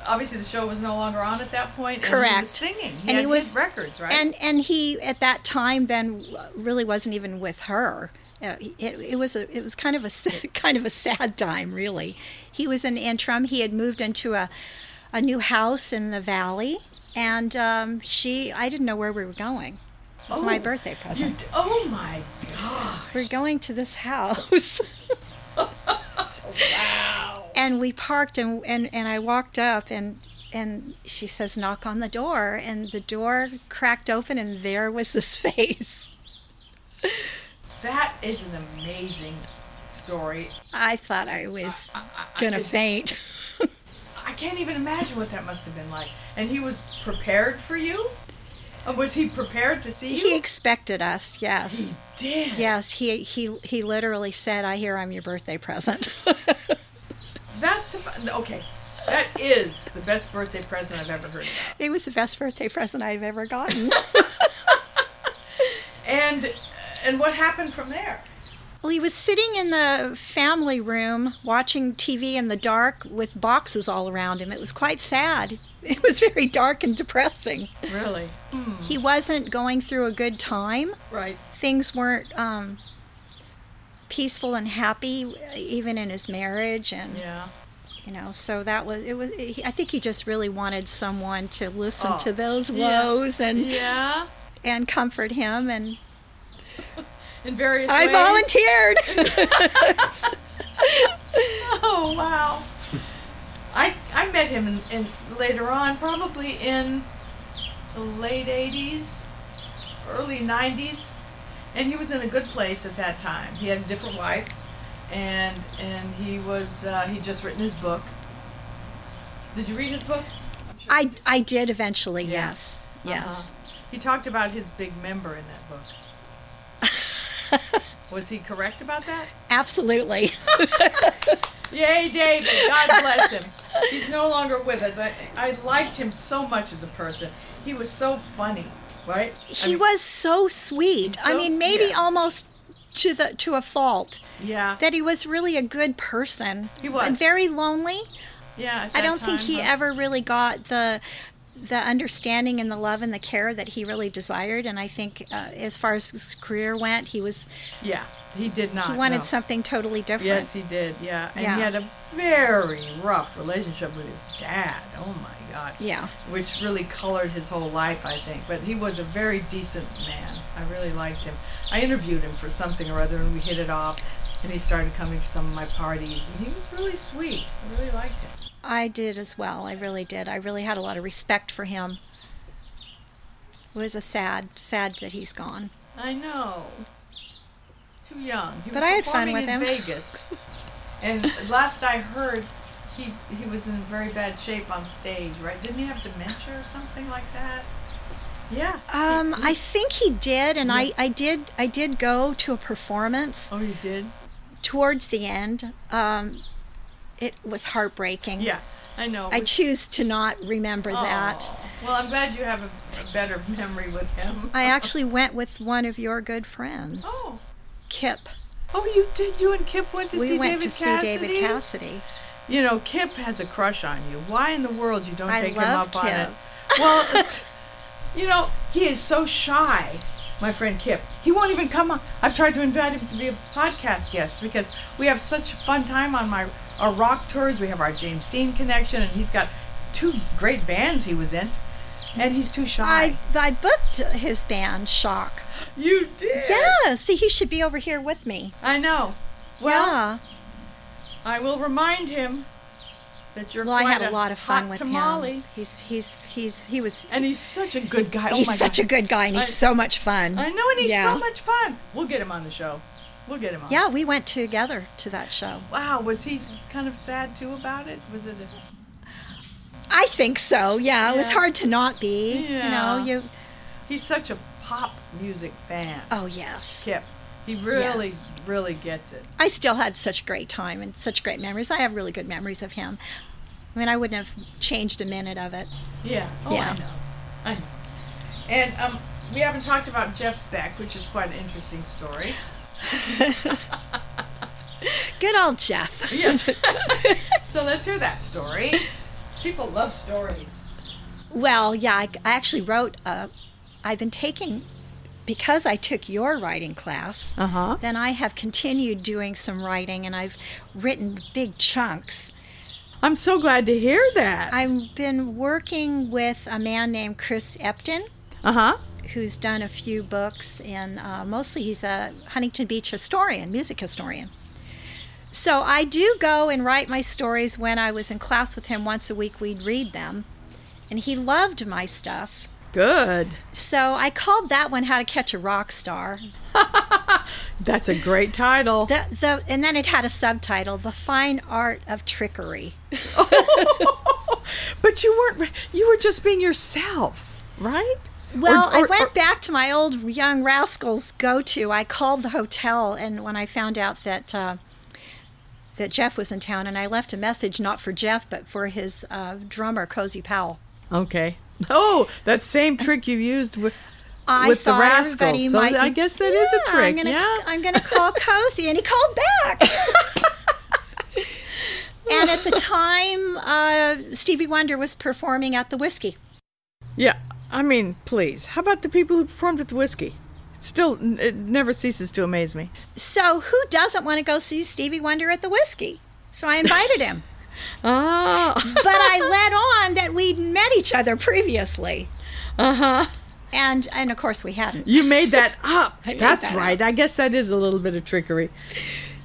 Speaker 4: obviously the show was no longer on at that point. And he
Speaker 6: Correct.
Speaker 4: was singing. He and he was records, right?
Speaker 6: And and he at that time then really wasn't even with her. Uh, It, it was a it was kind of a s- kind of a sad time really. He was in interim. He had moved into a a new house in the valley, and um, she I didn't know where we were going. It was my
Speaker 4: Oh,
Speaker 6: birthday
Speaker 4: You
Speaker 6: present.
Speaker 4: d- oh my god.
Speaker 6: We're going to this house. And we parked and, and, and I walked up and and she says, knock on the door. And the door cracked open and there was this face.
Speaker 4: That is an amazing story.
Speaker 6: I thought I was gonna faint.
Speaker 4: I can't even imagine what that must have been like. And he was prepared for you? And was he prepared to see
Speaker 6: He
Speaker 4: you?
Speaker 6: expected us, yes.
Speaker 4: Damn.
Speaker 6: Yes, he he he literally said, I hear I'm your birthday present.
Speaker 4: That's a- okay. That is the best birthday present I've ever heard about.
Speaker 6: it was the best birthday present I've ever gotten.
Speaker 4: And and what happened from there?
Speaker 6: Well, he was sitting in the family room watching TV in the dark with boxes all around him. It was quite sad. It was very dark and depressing.
Speaker 4: Really?
Speaker 6: He wasn't going through a good time.
Speaker 4: Right.
Speaker 6: Things weren't um, peaceful and happy, even in his marriage, and
Speaker 4: Yeah.
Speaker 6: you know. So that was it. Was he, I think he just really wanted someone to listen
Speaker 4: Oh,
Speaker 6: to those
Speaker 4: yeah.
Speaker 6: woes and
Speaker 4: Yeah.
Speaker 6: and comfort him. And
Speaker 4: In various
Speaker 6: I
Speaker 4: ways.
Speaker 6: volunteered.
Speaker 4: Oh wow. I I met him in, in later on, probably in the late '80s, early '90s, and he was in a good place at that time. He had a different wife, and and he was uh, he just written his book. Did you read his book? I'm sure
Speaker 6: I I did eventually.
Speaker 4: Yeah. Uh-huh.
Speaker 6: Yes. Yes.
Speaker 4: He talked about his big member in that book. was he correct about that?
Speaker 6: Absolutely.
Speaker 4: Yay, David. God bless him. He's no longer with us. I, I liked him so much as a person. He was so funny, right? I
Speaker 6: He
Speaker 4: mean,
Speaker 6: was so sweet. I
Speaker 4: So-
Speaker 6: mean, maybe
Speaker 4: yeah.
Speaker 6: almost to the to a fault
Speaker 4: Yeah.
Speaker 6: that he was really a good person.
Speaker 4: He was.
Speaker 6: and very lonely.
Speaker 4: yeah. at
Speaker 6: I
Speaker 4: that
Speaker 6: don't think
Speaker 4: time,
Speaker 6: he
Speaker 4: huh?
Speaker 6: ever really got the the understanding and the love and the care that he really desired. And I think, uh, as far as his career went, he was
Speaker 4: Yeah. He did not.
Speaker 6: he wanted
Speaker 4: no.
Speaker 6: something totally different.
Speaker 4: Yes, he did. Yeah. And
Speaker 6: Yeah.
Speaker 4: he had a very rough relationship with his dad. Oh, my God.
Speaker 6: Yeah.
Speaker 4: Which really colored his whole life, I think. But he was a very decent man. I really liked him. I interviewed him for something or other, and we hit it off. And he started coming to some of my parties, and he was really sweet. I really liked him.
Speaker 6: I did as well. I really did. I really had a lot of respect for him. It was a sad, sad that he's gone.
Speaker 4: I know. Too young. He
Speaker 6: But
Speaker 4: was
Speaker 6: I had fun
Speaker 4: performing
Speaker 6: with
Speaker 4: in
Speaker 6: him.
Speaker 4: Vegas. and last I heard, he he was in very bad shape on stage, right? Didn't he have dementia or something like that? Yeah.
Speaker 6: Um, I think he did, and I, I did I did go to a performance
Speaker 4: Oh, you did.
Speaker 6: towards the end. Um, it was heartbreaking.
Speaker 4: Yeah, I know. It
Speaker 6: I
Speaker 4: was-
Speaker 6: choose to not remember
Speaker 4: Oh.
Speaker 6: that.
Speaker 4: Well, I'm glad you have a a better memory with him.
Speaker 6: I actually went with one of your good friends,
Speaker 4: Oh,
Speaker 6: Kip.
Speaker 4: oh, you did. You and Kip went to
Speaker 6: We
Speaker 4: see
Speaker 6: went
Speaker 4: David
Speaker 6: to
Speaker 4: Cassidy.
Speaker 6: see David Cassidy.
Speaker 4: You know, Kip has a crush on you. Why in the world you don't
Speaker 6: I
Speaker 4: take him
Speaker 6: love
Speaker 4: up on it?
Speaker 6: Kip.
Speaker 4: Well, it's- you know, he is so shy. My friend Kip, he won't even come on. I've tried to invite him to be a podcast guest because we have such a fun time on my our rock tours. We have our James Dean connection, and he's got two great bands he was in, and he's too
Speaker 6: I,
Speaker 4: shy.
Speaker 6: I booked his band, Shock.
Speaker 4: you did.
Speaker 6: Yeah, see, he should be over here with me. Ah,
Speaker 4: I know. Well,
Speaker 6: yeah.
Speaker 4: I will remind him that you're
Speaker 6: Well, I
Speaker 4: quite
Speaker 6: had a lot of fun
Speaker 4: hot
Speaker 6: with
Speaker 4: tamale.
Speaker 6: him. He's he's he's he was
Speaker 4: And he's such a good guy.
Speaker 6: he's
Speaker 4: oh my
Speaker 6: such
Speaker 4: God.
Speaker 6: a good guy and he's
Speaker 4: I-
Speaker 6: so much fun.
Speaker 4: I know, and he's
Speaker 6: Yeah.
Speaker 4: so much fun. We'll get him on the show. We'll get him on.
Speaker 6: Yeah, we went together to that show.
Speaker 4: Wow, was he kind of sad too about it? Was it? A,
Speaker 6: I think so. Yeah, it was
Speaker 4: Yeah.
Speaker 6: hard to not be.
Speaker 4: Yeah.
Speaker 6: You know, you
Speaker 4: he's such a pop music fan.
Speaker 6: Oh yes.
Speaker 4: Kip, he really,
Speaker 6: Yes.
Speaker 4: really gets it.
Speaker 6: I still had such a great time and such great memories. I have really good memories of him. I mean, I wouldn't have changed a minute of it.
Speaker 4: Yeah. Oh,
Speaker 6: Yeah.
Speaker 4: I know. I know. And um, we haven't talked about Jeff Beck, which is quite an interesting story.
Speaker 6: Good old Jeff.
Speaker 4: Yes. so let's hear that story. People love stories.
Speaker 6: Well, yeah, I, I actually wrote. Uh, I've been taking because I took your writing class.
Speaker 4: huh.
Speaker 6: Then I have continued doing some writing, and I've written big chunks.
Speaker 4: I'm so glad to hear that.
Speaker 6: I've been working with a man named Chris Epton,
Speaker 4: Uh huh.
Speaker 6: who's done a few books, and uh, mostly he's a Huntington Beach historian, music historian. So I do go and write my stories when I was in class with him once a week. We'd read them, and he loved my stuff.
Speaker 4: Good.
Speaker 6: So I called that one "How to Catch a Rock Star."
Speaker 4: That's a great title.
Speaker 6: The, the, and then it had a subtitle, "The Fine Art of Trickery."
Speaker 4: but you weren't. You were just being yourself, right?
Speaker 6: Well,
Speaker 4: Or- or-
Speaker 6: I went
Speaker 4: or-
Speaker 6: back to my old Young Rascals go-to. I called the hotel, and when I found out that uh, that Jeff was in town, and I left a message not for Jeff but for his uh, drummer Cozy Powell.
Speaker 4: Okay. Oh, that same trick you used with,
Speaker 6: I
Speaker 4: with the
Speaker 6: thought
Speaker 4: rascals.
Speaker 6: everybody
Speaker 4: So
Speaker 6: might be-
Speaker 4: I guess that is a
Speaker 6: Yeah,
Speaker 4: trick.
Speaker 6: I'm gonna,
Speaker 4: yeah.
Speaker 6: I'm gonna call Cozy, and he called back. and at the time, uh, Stevie Wonder was performing at the Whiskey.
Speaker 4: yeah. I mean, please. How about the people who performed with whiskey? It still, n- it never ceases to amaze me.
Speaker 6: So who doesn't want to go see Stevie Wonder at the Whiskey? So I invited him.
Speaker 4: Ah.
Speaker 6: but I let on that we'd met each other previously.
Speaker 4: Uh huh.
Speaker 6: And and of course we hadn't.
Speaker 4: You made that up.
Speaker 6: made
Speaker 4: That's
Speaker 6: that
Speaker 4: right. I guess that is a little bit of trickery.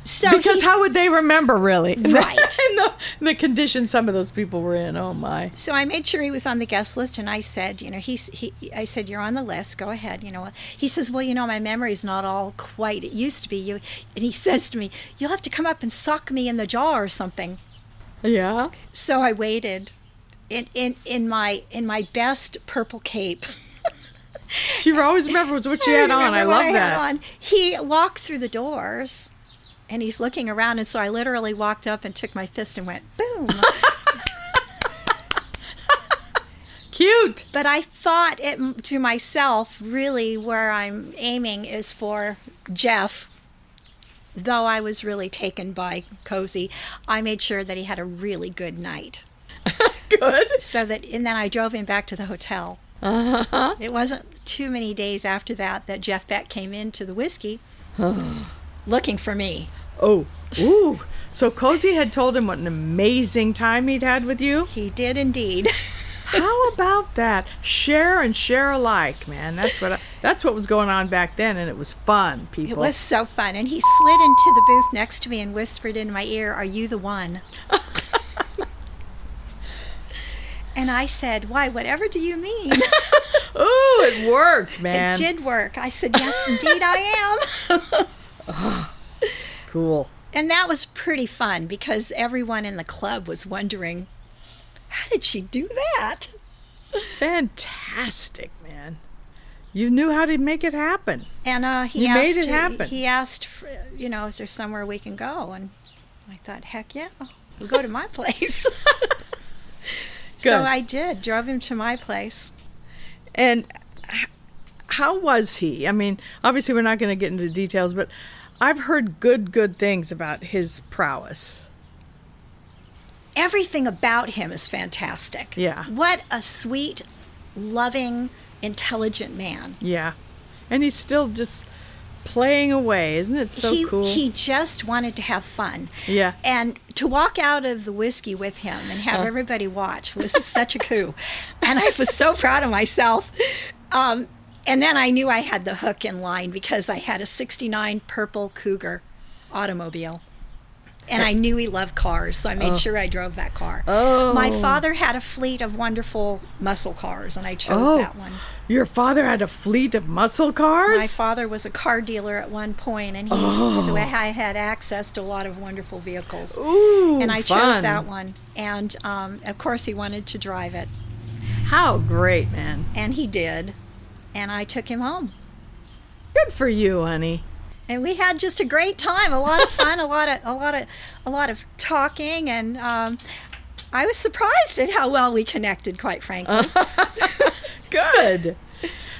Speaker 6: So
Speaker 4: Because
Speaker 6: he-
Speaker 4: how would they remember, really?
Speaker 6: Right.
Speaker 4: and the, the condition some of those people were in. Oh, my.
Speaker 6: so I made sure he was on the guest list and I said, you know, he, he I said you're on the list, go ahead, you know. He says, "Well, you know, my memory's not all quite it used to be." You and he says to me, "You'll have to come up and sock me in the jaw or something."
Speaker 4: Yeah.
Speaker 6: So I waited in in in my in my best purple cape.
Speaker 4: She always remembers what she had on.
Speaker 6: remember
Speaker 4: I
Speaker 6: what
Speaker 4: love
Speaker 6: had
Speaker 4: that.
Speaker 6: on. He walked through the doors and he's looking around. And so I literally walked up and took my fist and went boom.
Speaker 4: Cute.
Speaker 6: but I thought it to myself, really, where I'm aiming is for Jeff. Though I was really taken by Cozy, I made sure that he had a really good night.
Speaker 4: Good.
Speaker 6: So that, and then I drove him back to the hotel.
Speaker 4: Uh-huh.
Speaker 6: It wasn't too many days after that that Jeff Beck came into the whiskey looking for me.
Speaker 4: Oh. Ooh. So Cozy had told him what an amazing time he'd had with you.
Speaker 6: He did indeed.
Speaker 4: How about that? Share and share alike, man. That's what I, that's what was going on back then, and it was fun, people.
Speaker 6: It was so fun. And he slid into the booth next to me and whispered in my ear, Are you the one? and I said, Why, whatever do you mean?
Speaker 4: Ooh, it worked,
Speaker 6: it
Speaker 4: man.
Speaker 6: did work. I said, Yes, indeed, I am.
Speaker 4: Cool.
Speaker 6: and that was pretty fun because everyone in the club was wondering, How did she do that?
Speaker 4: Fantastic, man. You knew how to make it happen.
Speaker 6: And uh, he
Speaker 4: You
Speaker 6: asked,
Speaker 4: made it happen.
Speaker 6: He asked, for, you know, is there somewhere we can go? And I thought, Heck yeah. We'll go to my place.
Speaker 4: Good.
Speaker 6: So I did. Drove him to my place.
Speaker 4: And h- how was he? I mean, obviously, we're not going to get into details, but I've heard good, good things about his prowess.
Speaker 6: everything about him is fantastic.
Speaker 4: Yeah.
Speaker 6: What a sweet, loving, intelligent man.
Speaker 4: Yeah. And he's still just playing away. Isn't it so
Speaker 6: he,
Speaker 4: cool?
Speaker 6: he just wanted to have fun.
Speaker 4: Yeah. Uh.
Speaker 6: And to walk out of the whiskey with him and have everybody watch was such a coup. And I was so proud of myself. Um, and then I knew I had the hook in line because I had a 69 purple Cougar automobile. And I knew he loved cars, so I
Speaker 4: Oh.
Speaker 6: made sure I drove that car. Oh. My father had a fleet of wonderful muscle cars, and I chose
Speaker 4: Oh.
Speaker 6: that one.
Speaker 4: Your father had a fleet of muscle
Speaker 6: My
Speaker 4: cars?
Speaker 6: father was a car dealer at one point, and he
Speaker 4: Oh.
Speaker 6: so I had access to a lot of wonderful vehicles.
Speaker 4: Ooh,
Speaker 6: and I chose
Speaker 4: fun.
Speaker 6: that one, and um, of course he wanted to drive it,
Speaker 4: How great, man.
Speaker 6: and he did, and I took him home,
Speaker 4: Good for you, honey.
Speaker 6: and we had just a great time, a lot of fun, a lot of a lot of a lot of talking, and um, I was surprised at how well we connected. Quite frankly,
Speaker 4: Uh. Good.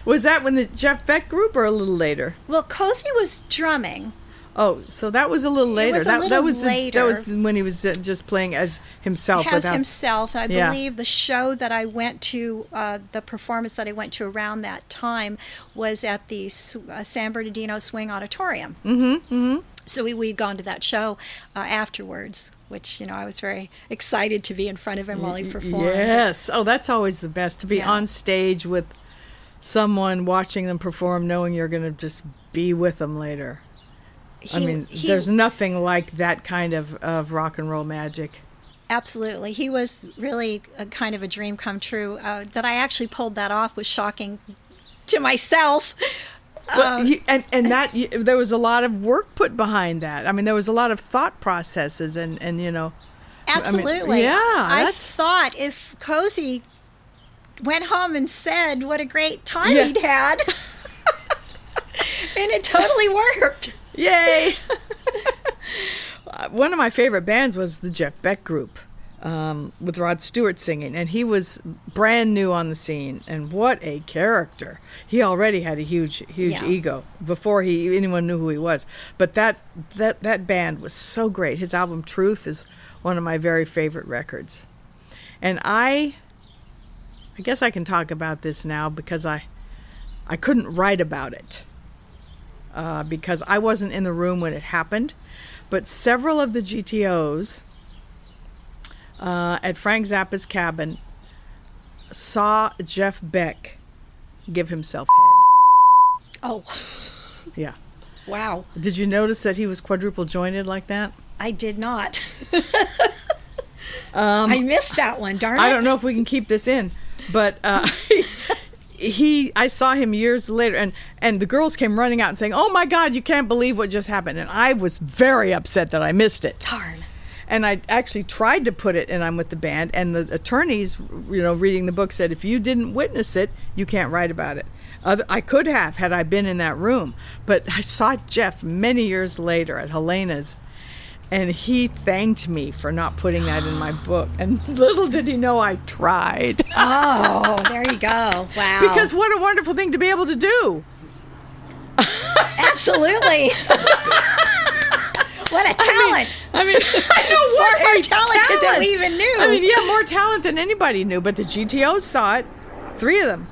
Speaker 4: Was that when the Jeff Beck group or a little later?
Speaker 6: well, Cozy was drumming.
Speaker 4: Oh, so that was a little later.
Speaker 6: was a
Speaker 4: that, that
Speaker 6: little
Speaker 4: was the-
Speaker 6: later.
Speaker 4: that was when he was uh, just playing as himself.
Speaker 6: has
Speaker 4: without-
Speaker 6: himself. I
Speaker 4: Yeah.
Speaker 6: believe the show that I went to, uh, the performance that I went to around that time was at the S- uh, San Bernardino Swing Auditorium. Mm-hmm. mm-hmm. So we, we'd gone to that show uh, afterwards, which, you know, I was very excited to be in front of him while he performed.
Speaker 4: Yes. Oh, that's always the best to be
Speaker 6: Yeah.
Speaker 4: on stage with someone watching them perform, knowing you're going to just be with them later. I
Speaker 6: He-
Speaker 4: mean,
Speaker 6: he-
Speaker 4: there's nothing like that kind of, of rock and roll magic.
Speaker 6: Absolutely. He was really a kind of a dream come true. Uh, that I actually pulled that off was shocking to myself. Uh,
Speaker 4: Well, you, and and that you, there was a lot of work put behind that. I mean, there was a lot of thought processes, and and you know,
Speaker 6: Absolutely.
Speaker 4: yeah,
Speaker 6: I
Speaker 4: that's-
Speaker 6: thought if Cozy went home and said what a great time
Speaker 4: Yeah.
Speaker 6: he'd had, and it totally worked.
Speaker 4: Yay! Uh, One of my favorite bands was the Jeff Beck Group um, with Rod Stewart singing, and he was brand new on the scene. And what a character! He already had a huge, huge
Speaker 6: Yeah.
Speaker 4: ego before he anyone knew who he was. But that that that band was so great. His album Truth is one of my very favorite records, and I. I guess I can talk about this now because I, I couldn't write about it uh, because I wasn't in the room when it happened. But several of the GTOs uh, at Frank Zappa's cabin saw Jeff Beck give himself head.
Speaker 6: Oh,
Speaker 4: Yeah.
Speaker 6: wow.
Speaker 4: Did you notice that he was quadruple jointed like that?
Speaker 6: I did not. I missed that one, darn it.
Speaker 4: Um, I don't know if we can keep this in, but uh, he, I saw him years later, and and the girls came running out and saying, "Oh my God, you can't believe what just happened!" And I was very upset that I missed it.
Speaker 6: Darn.
Speaker 4: and I actually tried to put it in I'm with the band and the attorneys you know reading the book said if you didn't witness it you can't write about it Other, I could have had I been in that room but I saw Jeff many years later at Helena's and he thanked me for not putting that in my book and little did he know I tried
Speaker 6: Oh, there you go. Wow.
Speaker 4: because what a wonderful thing to be able to do
Speaker 6: absolutely. what a talent.
Speaker 4: I mean I know what
Speaker 6: Far more
Speaker 4: a
Speaker 6: talented than
Speaker 4: talent.
Speaker 6: we even knew.
Speaker 4: I mean yeah more talent than anybody knew but the GTO saw it three of them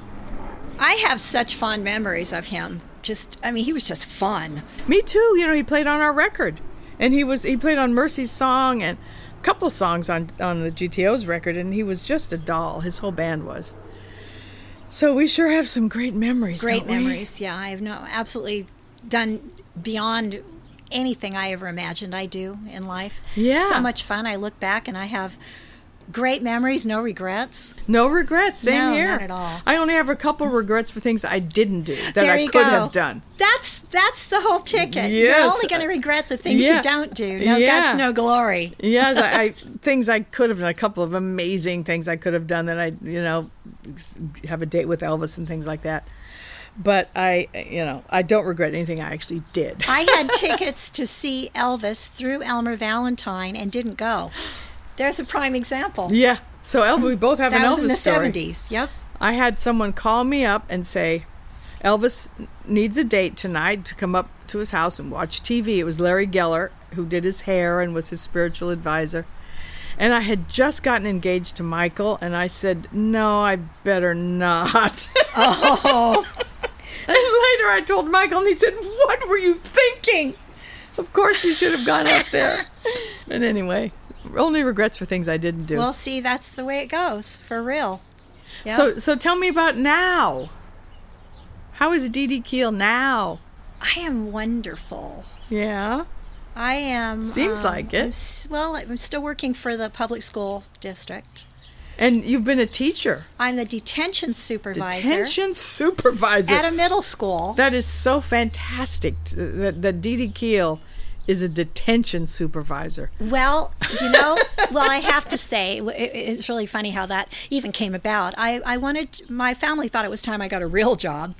Speaker 6: I have such fond memories of him. Just, I mean, he was just fun.
Speaker 4: Me too. You know, he played on our record, and he was he played on Mercy's song and a couple songs on on the GTO's record, and he was just a doll. His whole band was. So we sure have some great memories.
Speaker 6: great
Speaker 4: don't we?
Speaker 6: memories yeah i have no absolutely done beyond anything i ever imagined i do in life
Speaker 4: Yeah.
Speaker 6: so much fun i look back and i have great memories no regrets
Speaker 4: No regrets. Same
Speaker 6: No,
Speaker 4: here.
Speaker 6: not at all.
Speaker 4: I only have a couple regrets for things I didn't do that
Speaker 6: there
Speaker 4: I
Speaker 6: you
Speaker 4: could
Speaker 6: go.
Speaker 4: have done.
Speaker 6: that's that's the whole ticket you're
Speaker 4: Yes.
Speaker 6: only going to regret the things
Speaker 4: Yeah.
Speaker 6: you don't do no
Speaker 4: Yeah.
Speaker 6: guts no glory
Speaker 4: yes, I, I things I could have done. A couple of amazing things I could have done that I, you know, have a date with Elvis and things like that. But I, you know, I don't regret anything I actually did.
Speaker 6: i had tickets to see elvis through elmer valentine and didn't go There's a prime example.
Speaker 4: Yeah. So Elvis, we both have
Speaker 6: that
Speaker 4: an
Speaker 6: was
Speaker 4: Elvis
Speaker 6: in the
Speaker 4: story.
Speaker 6: 70s. Yep.
Speaker 4: I had someone call me up and say, Elvis needs a date tonight to come up to his house and watch TV. It was Larry Geller who did his hair and was his spiritual advisor. And I had just gotten engaged to Michael, and I said, No, I better not. Oh. and later I told Michael, and he said, What were you thinking? Of course you should have gone up there. and anyway, only regrets for things I didn't do.
Speaker 6: Well, see, that's the way it goes, for real. Yeah.
Speaker 4: So so tell me about now. How is Dee Dee Keel now?
Speaker 6: I am wonderful.
Speaker 4: Yeah.
Speaker 6: I am.
Speaker 4: Seems like it.
Speaker 6: I'm Um, s- well, I'm still working for the public school district.
Speaker 4: And you've been a teacher,
Speaker 6: I'm the detention supervisor
Speaker 4: detention supervisor.
Speaker 6: at a middle school.
Speaker 4: that is so fantastic t- that that Dee Dee Keel is a detention supervisor.
Speaker 6: Well, you know, well, I have to say, w- it- it's really funny how that even came about. I, I wanted, my family thought it was time I got a real job.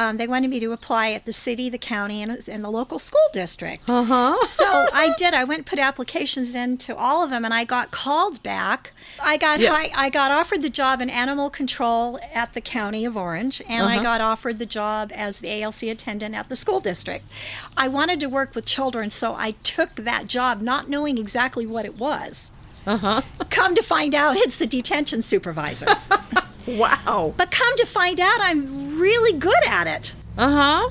Speaker 6: Um, they wanted me to apply at the city, the county, and, and the local school district. Uh-huh. so I did. I went and put applications in to all of them, and I got called back. I got
Speaker 4: Yeah.
Speaker 6: hi- I got offered the job in animal control at the county of Orange, and I got offered the job as the ALC attendant at the school district. I wanted to work with children, so I took that job, not knowing exactly what it was. Uh-huh. Come to find out, it's the detention supervisor.
Speaker 4: Wow.
Speaker 6: but come to find out, I'm really good at it. Uh-huh.
Speaker 4: Uh huh.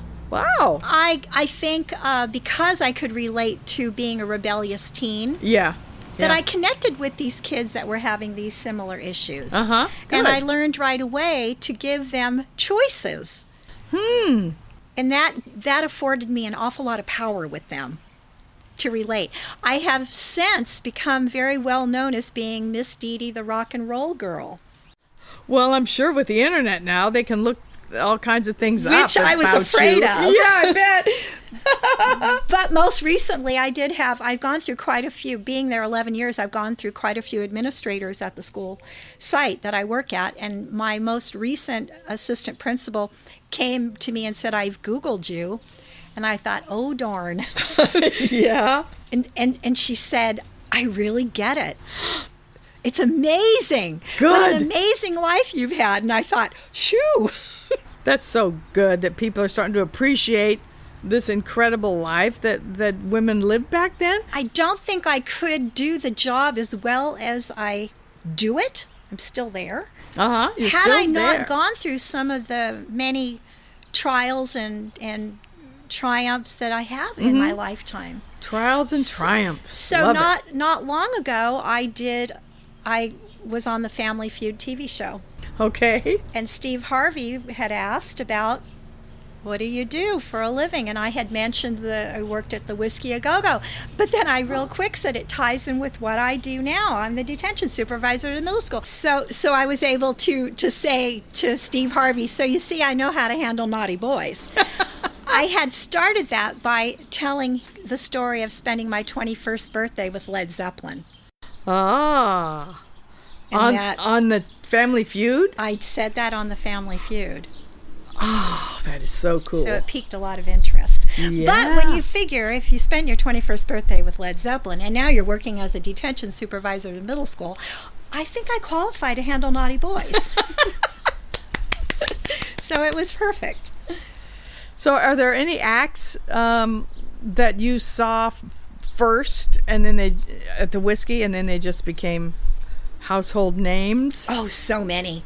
Speaker 4: Wow.
Speaker 6: I I think uh, because I could relate to being a rebellious teen.
Speaker 4: Yeah.
Speaker 6: that
Speaker 4: Yeah.
Speaker 6: I connected with these kids that were having these similar issues.
Speaker 4: Uh-huh.
Speaker 6: And I
Speaker 4: Good.
Speaker 6: learned right away to give them choices. Hmm. And that that afforded me an awful lot of power with them to relate. I have since become very well known as being Miss Dee Dee the rock and roll girl.
Speaker 4: Well, I'm sure with the internet now they can look all kinds of things up.
Speaker 6: Which I was
Speaker 4: about
Speaker 6: afraid
Speaker 4: you.
Speaker 6: of.
Speaker 4: Yeah, I bet.
Speaker 6: But most recently I did have I've gone through quite a few being there 11 years I've gone through quite a few administrators at the school site that I work at and my most recent assistant principal came to me and said I've googled you and I thought oh darn
Speaker 4: yeah.
Speaker 6: and and and she said I really get it it's amazing what
Speaker 4: Good.
Speaker 6: an amazing life you've had and I thought shoo
Speaker 4: That's so good that people are starting to appreciate this incredible life that, that women lived back then.
Speaker 6: I don't think I could do the job as well as I do it I'm still there
Speaker 4: Uh huh.
Speaker 6: had I not gone through some of the many trials and and triumphs that I have in my lifetime.
Speaker 4: trials and triumphs.
Speaker 6: So
Speaker 4: Mm-hmm. Love it.
Speaker 6: not not long ago I did I was on the Family Feud TV show
Speaker 4: okay.
Speaker 6: and Steve Harvey had asked about what do you do for a living? And I had mentioned that I worked at the Whiskey A Go Go. But then I real quick said it ties in with what I do now. I'm the detention supervisor at a middle school. So so I was able to to say to Steve Harvey, so you see I know how to handle naughty boys. I had started that by telling the story of spending my 21st birthday with Led Zeppelin.
Speaker 4: Ah.
Speaker 6: And
Speaker 4: on
Speaker 6: that
Speaker 4: on the Family Feud.
Speaker 6: I said that on the Family Feud.
Speaker 4: Oh, that is so cool.
Speaker 6: So it piqued a lot of interest. But
Speaker 4: Yeah.
Speaker 6: when you figure if you spend your 21st birthday with Led Zeppelin and now you're working as a detention supervisor in middle school, I think I qualify to handle naughty boys. so it was perfect.
Speaker 4: so, are there any acts um, that you saw f- first, and then they at the whiskey, and then they just became household names?
Speaker 6: Oh, so many.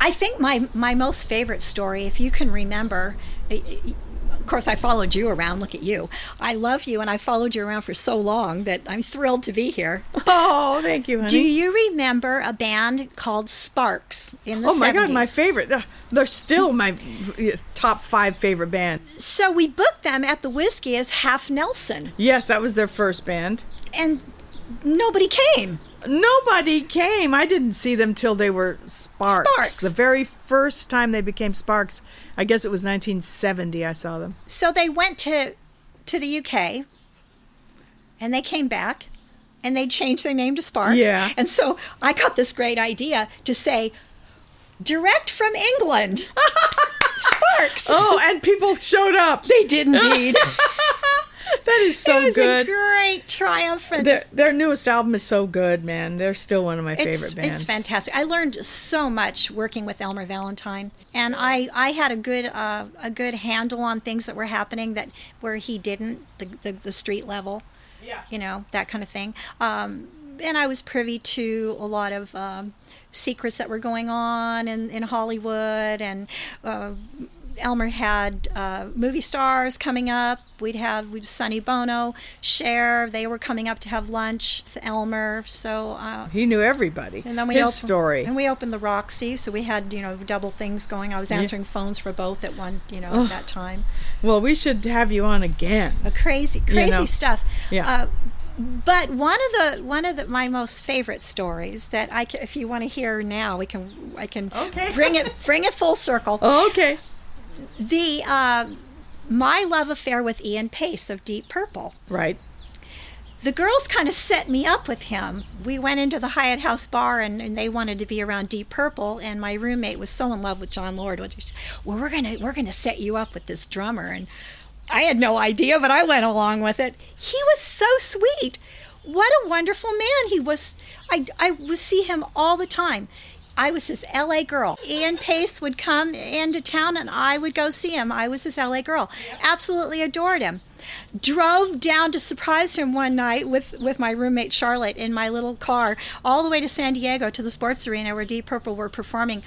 Speaker 6: I think my, my most favorite story, if you can remember, y- y- of course, I followed you around. Look at you. I love you, and I followed you around for so long that I'm thrilled to be here.
Speaker 4: Oh, thank you, honey.
Speaker 6: Do you remember a band called Sparks in the
Speaker 4: Oh my god, my
Speaker 6: 70s?
Speaker 4: favorite. Ugh, They're still my uh, top five favorite band.
Speaker 6: so we booked them at the Whiskey as Half Nelson,
Speaker 4: Yes, that was their first band.
Speaker 6: and nobody came.
Speaker 4: Nobody came. I didn't see them till they were Sparks.
Speaker 6: Sparks.
Speaker 4: The very first time they became Sparks, I guess it was 1970. I saw them.
Speaker 6: So they went to to the UK, and they came back, and they changed their name to Sparks.
Speaker 4: Yeah.
Speaker 6: And so I got this great idea to say, direct from England, Sparks.
Speaker 4: Oh, and people showed up.
Speaker 6: They did indeed.
Speaker 4: That is so
Speaker 6: it was
Speaker 4: good.
Speaker 6: a great triumph. And
Speaker 4: Their their newest album is so good, man. They're still one of my
Speaker 6: it's,
Speaker 4: favorite bands.
Speaker 6: it's fantastic. I learned so much working with Elmer Valentine, and I, I had a good uh, a good handle on things that were happening that where he didn't the the, the street level, yeah, you know that kind of thing. Um, and I was privy to a lot of um, secrets that were going on in, in Hollywood, and uh, Elmer had uh, movie stars coming up. We'd have we'd Sonny Bono, Cher. They were coming up to have lunch with Elmer. So uh,
Speaker 4: He knew everybody.
Speaker 6: and then we
Speaker 4: His
Speaker 6: opened,
Speaker 4: story.
Speaker 6: And we opened the Roxy, so we had you know double things going. I was answering phones for both at one you know at that time.
Speaker 4: well, we should have you on again.
Speaker 6: Uh, crazy, crazy
Speaker 4: know.
Speaker 6: stuff.
Speaker 4: Yeah.
Speaker 6: Uh, but one of the one of the, my most favorite stories that I ca if you want to hear now we can I can
Speaker 4: Okay.
Speaker 6: bring it bring it full circle.
Speaker 4: Oh, okay.
Speaker 6: The uh, my love affair with Ian Pace of Deep Purple.
Speaker 4: Right.
Speaker 6: the girls kind of set me up with him. We went into the Hyatt House bar and, and they wanted to be around Deep Purple and my roommate was so in love with John Lord. which is, Well, we're gonna we're gonna set you up with this drummer and I had no idea, but I went along with it. He was so sweet. What a wonderful man he was. I I would see him all the time. I was his LA girl. Ian Pace would come into town and I would go see him. I was his LA girl. Absolutely adored him. Drove down to surprise him one night with, with my roommate Charlotte in my little car, all the way to San Diego to the sports arena where Deep Purple were performing.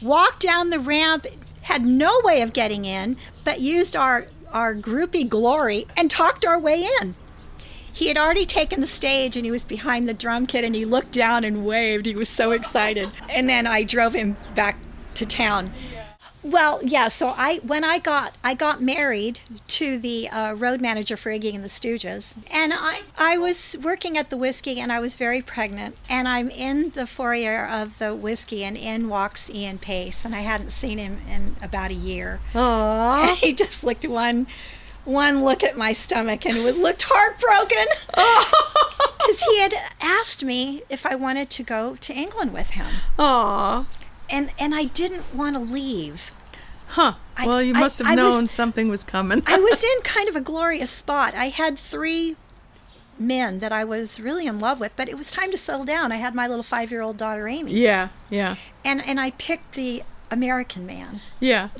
Speaker 6: Walked down the ramp, had no way of getting in, but used our, our groupie glory and talked our way in he had already taken the stage and he was behind the drum kit and he looked down and waved. He was so excited. And then I drove him back to town. Well, yeah. So I when I got I got married to the uh, road manager for Iggy and the Stooges, and I I was working at the whiskey and I was very pregnant, and I'm in the foyer of the whiskey and in walks Ian Pace, and I hadn't seen him in about a year. And he just looked one one look at my stomach and was, looked heartbroken because he had asked me if I wanted to go to England with him,
Speaker 4: Aw.
Speaker 6: and and I didn't want to leave.
Speaker 4: Huh.
Speaker 6: I-
Speaker 4: well, you
Speaker 6: I-
Speaker 4: must have
Speaker 6: I was-
Speaker 4: known something was coming.
Speaker 6: I was in kind of a glorious spot. I had three men that I was really in love with, but it was time to settle down. I had my little five year old daughter Amy,
Speaker 4: yeah. Yeah.
Speaker 6: and and I picked the American man.
Speaker 4: Yeah.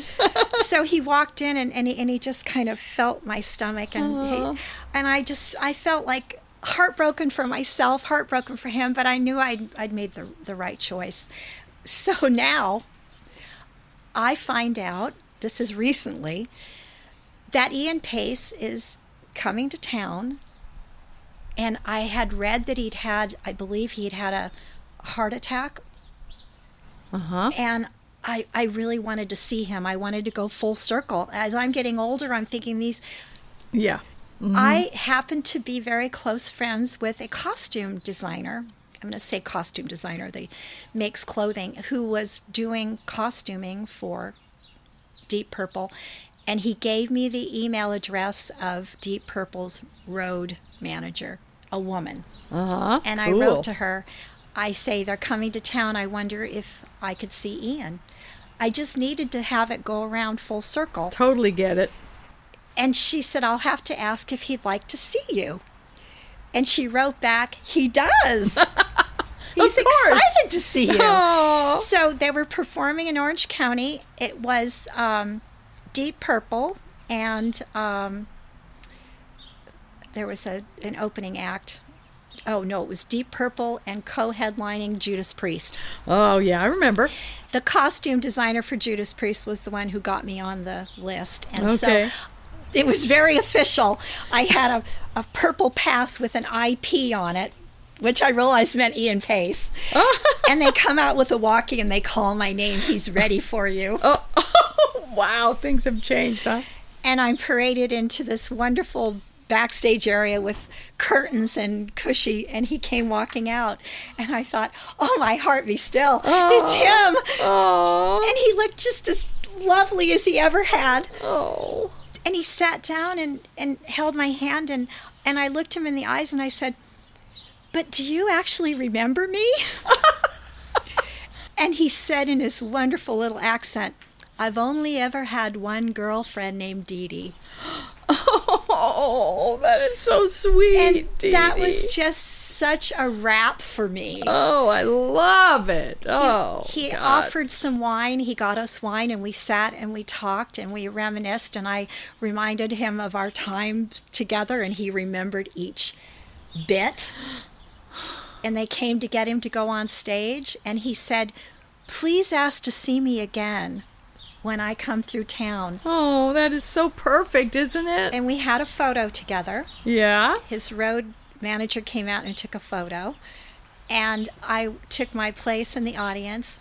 Speaker 6: so he walked in and, and, he, and he just kind of felt my stomach and he, and I just I felt like heartbroken for myself, heartbroken for him, but I knew I'd I'd made the the right choice. So now I find out this is recently that Ian Pace is coming to town and I had read that he'd had I believe he'd had a heart attack and I, I really wanted to see him. I wanted to go full circle. As I'm getting older, I'm thinking these.
Speaker 4: Yeah.
Speaker 6: I happen to be very close friends with a costume designer. I'm going to say costume designer. They makes clothing who was doing costuming for Deep Purple, and he gave me the email address of Deep Purple's road manager, a woman. Uh-huh, and I
Speaker 4: cool.
Speaker 6: wrote to her. I say they're coming to town. I wonder if I could see Ian. I just needed to have it go around full circle.
Speaker 4: Totally get it.
Speaker 6: And she said, I'll have to ask if he'd like to see you. And she wrote back, He does. He's excited to see you. So they were performing in Orange County. It was um, Deep Purple, and um, there was a, an opening act. Oh, no, it was Deep Purple and co headlining Judas Priest
Speaker 4: Oh, yeah. I remember.
Speaker 6: the costume designer for Judas Priest was the one who got me on the list. And
Speaker 4: Okay.
Speaker 6: so it was very official. I had a, a purple pass with an IP on it, which I realized meant Ian Pace. and they come out with a walkie and they call my name. He's ready for you.
Speaker 4: Oh. Wow. Things have changed, huh?
Speaker 6: And I'm paraded into this wonderful backstage area with curtains and cushy and he came walking out and I thought, Oh my heart be still. It's him.
Speaker 4: Oh.
Speaker 6: and he looked just as lovely as he ever had. Oh. And he sat down and, and held my hand and, and I looked him in the eyes and I said, But do you actually remember me? and he said in his wonderful little accent, I've only ever had one girlfriend named Dee Dee.
Speaker 4: Oh, that is so sweet.
Speaker 6: And
Speaker 4: Dee
Speaker 6: that
Speaker 4: Dee.
Speaker 6: was just such a wrap for me.
Speaker 4: Oh, I love it. Oh,
Speaker 6: he
Speaker 4: God.
Speaker 6: offered some wine. He got us wine, and we sat and we talked and we reminisced. And I reminded him of our time together, and he remembered each bit. And they came to get him to go on stage, and he said, "Please ask to see me again when I come through town."
Speaker 4: Oh, that is so perfect, isn't it?
Speaker 6: And we had a photo together.
Speaker 4: yeah.
Speaker 6: his road manager came out and took a photo and i took my place in the audience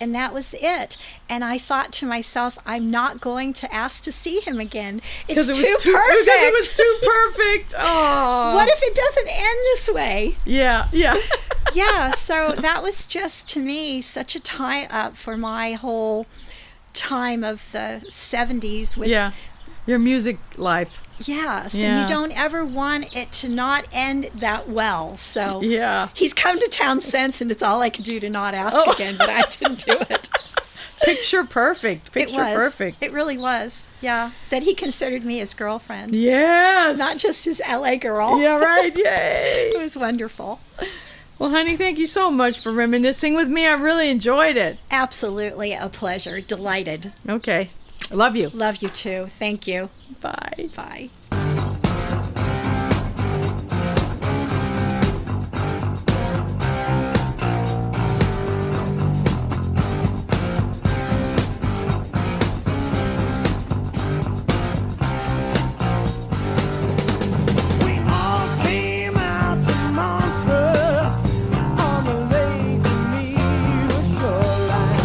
Speaker 6: and that was it and i thought to myself i'm not going to ask to see him again
Speaker 4: Because
Speaker 6: it's
Speaker 4: it
Speaker 6: too,
Speaker 4: was too
Speaker 6: perfect
Speaker 4: Because it was too perfect. Oh.
Speaker 6: what if it doesn't end this way
Speaker 4: Yeah. Yeah.
Speaker 6: yeah so that was just to me such a tie up for my whole time of the 70s with
Speaker 4: yeah. Your music life.
Speaker 6: Yes, and
Speaker 4: Yeah.
Speaker 6: you don't ever want it to not end that well. So
Speaker 4: Yeah.
Speaker 6: he's come to town since, and it's all I could do to not ask
Speaker 4: Oh.
Speaker 6: again, but I didn't do it.
Speaker 4: Picture perfect.
Speaker 6: It
Speaker 4: Picture
Speaker 6: was
Speaker 4: perfect.
Speaker 6: It really was. Yeah, that he considered me his girlfriend,
Speaker 4: yes.
Speaker 6: not just his LA girl.
Speaker 4: Yeah. Right. Yay.
Speaker 6: it was wonderful.
Speaker 4: Well, honey, thank you so much for reminiscing with me. I really enjoyed it.
Speaker 6: Absolutely a pleasure. Delighted.
Speaker 4: Okay. I love you.
Speaker 6: Love you too. Thank you.
Speaker 4: Bye.
Speaker 6: Bye.
Speaker 3: We all came out to Montreux on the lake to meet a shoreline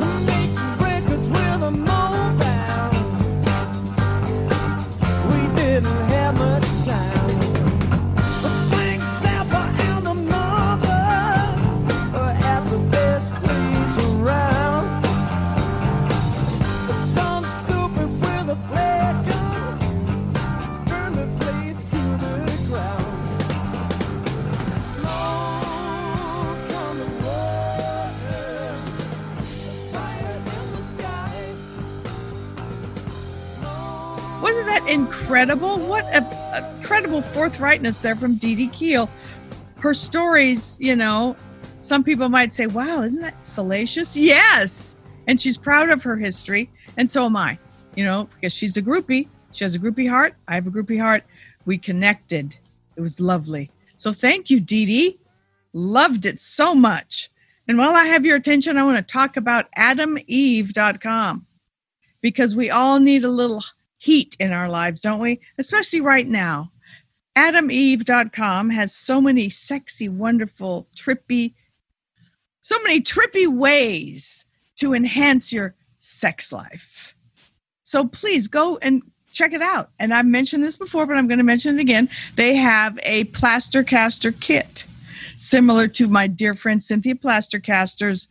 Speaker 3: to make records with a mobile. We didn't have much time, but Frank Zappa and the Marbles are at the best place around. But some stupid with a flag gun burn the place to the ground. Smoke on the water, fire in the sky.
Speaker 4: Wasn't that incredible? What a, a incredible forthrightness there from Dee Dee Keel. Her stories, you know, some people might say, wow, isn't that salacious? Yes. And she's proud of her history. And so am I, you know, because she's a groupie. She has a groupie heart. I have a groupie heart. We connected. It was lovely. So thank you, Dee Dee. Loved it so much. And while I have your attention, I want to talk about adameve.com because we all need a little heat in our lives, don't we? Especially right now. AdamEve.com has so many sexy, wonderful, trippy, so many trippy ways to enhance your sex life. So please go and check it out. And I've mentioned this before, but I'm going to mention it again. They have a plaster caster kit similar to my dear friend Cynthia Plastercaster's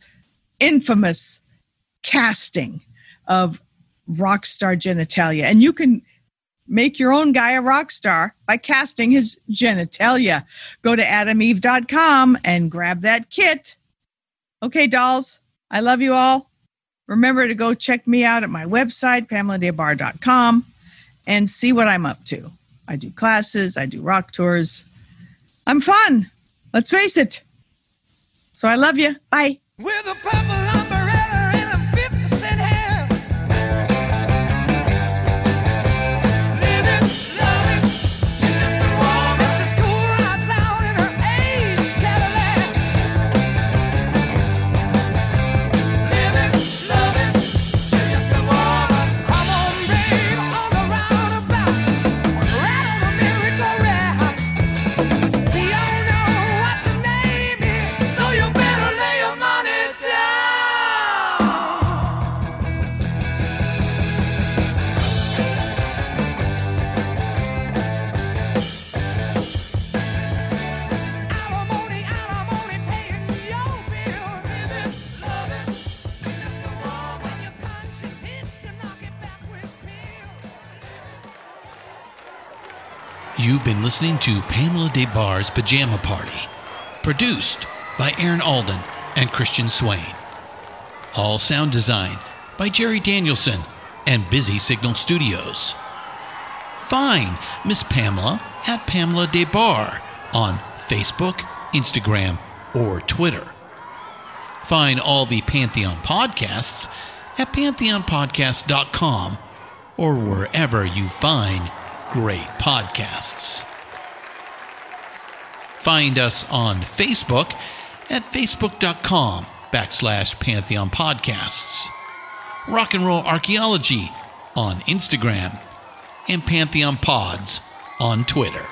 Speaker 4: infamous casting of rock star genitalia. And you can make your own guy a rock star by casting his genitalia. Go to adameve.com and grab that kit. Okay, dolls, I love you all. Remember to go check me out at my website, PamelaDaybar.com, and see what I'm up to. I do classes, I do rock tours. I'm fun. Let's face it. So I love you. Bye.
Speaker 3: With a purple umbrella and a 50 cent hand. Living, loving, she's just a woman. It's cool outside in her age Cadillac. Living, loving, she's just a woman. Come on, babe, on the roundabout. Right on the merry-go-round. We all know what the name is, so you better lay your money down. Alimony, alimony, paying your bill. Living, loving, it's just a war when your conscience hits you, knock it back with pills.
Speaker 2: You've been listening to Pamela DeBar's Pajama Party, produced by Aaron Alden and Christian Swain. All sound design by Jerry Danielson and Busy Signal Studios. Fine. Miss Pamela at Pamela DeBar on Facebook, Instagram, or Twitter. Find all the Pantheon podcasts at pantheonpodcast.com or wherever you find great podcasts. Find us on Facebook at facebook.com backslash Pantheon Podcasts. Rock and Roll Archaeology on Instagram and Pantheon Pods on Twitter.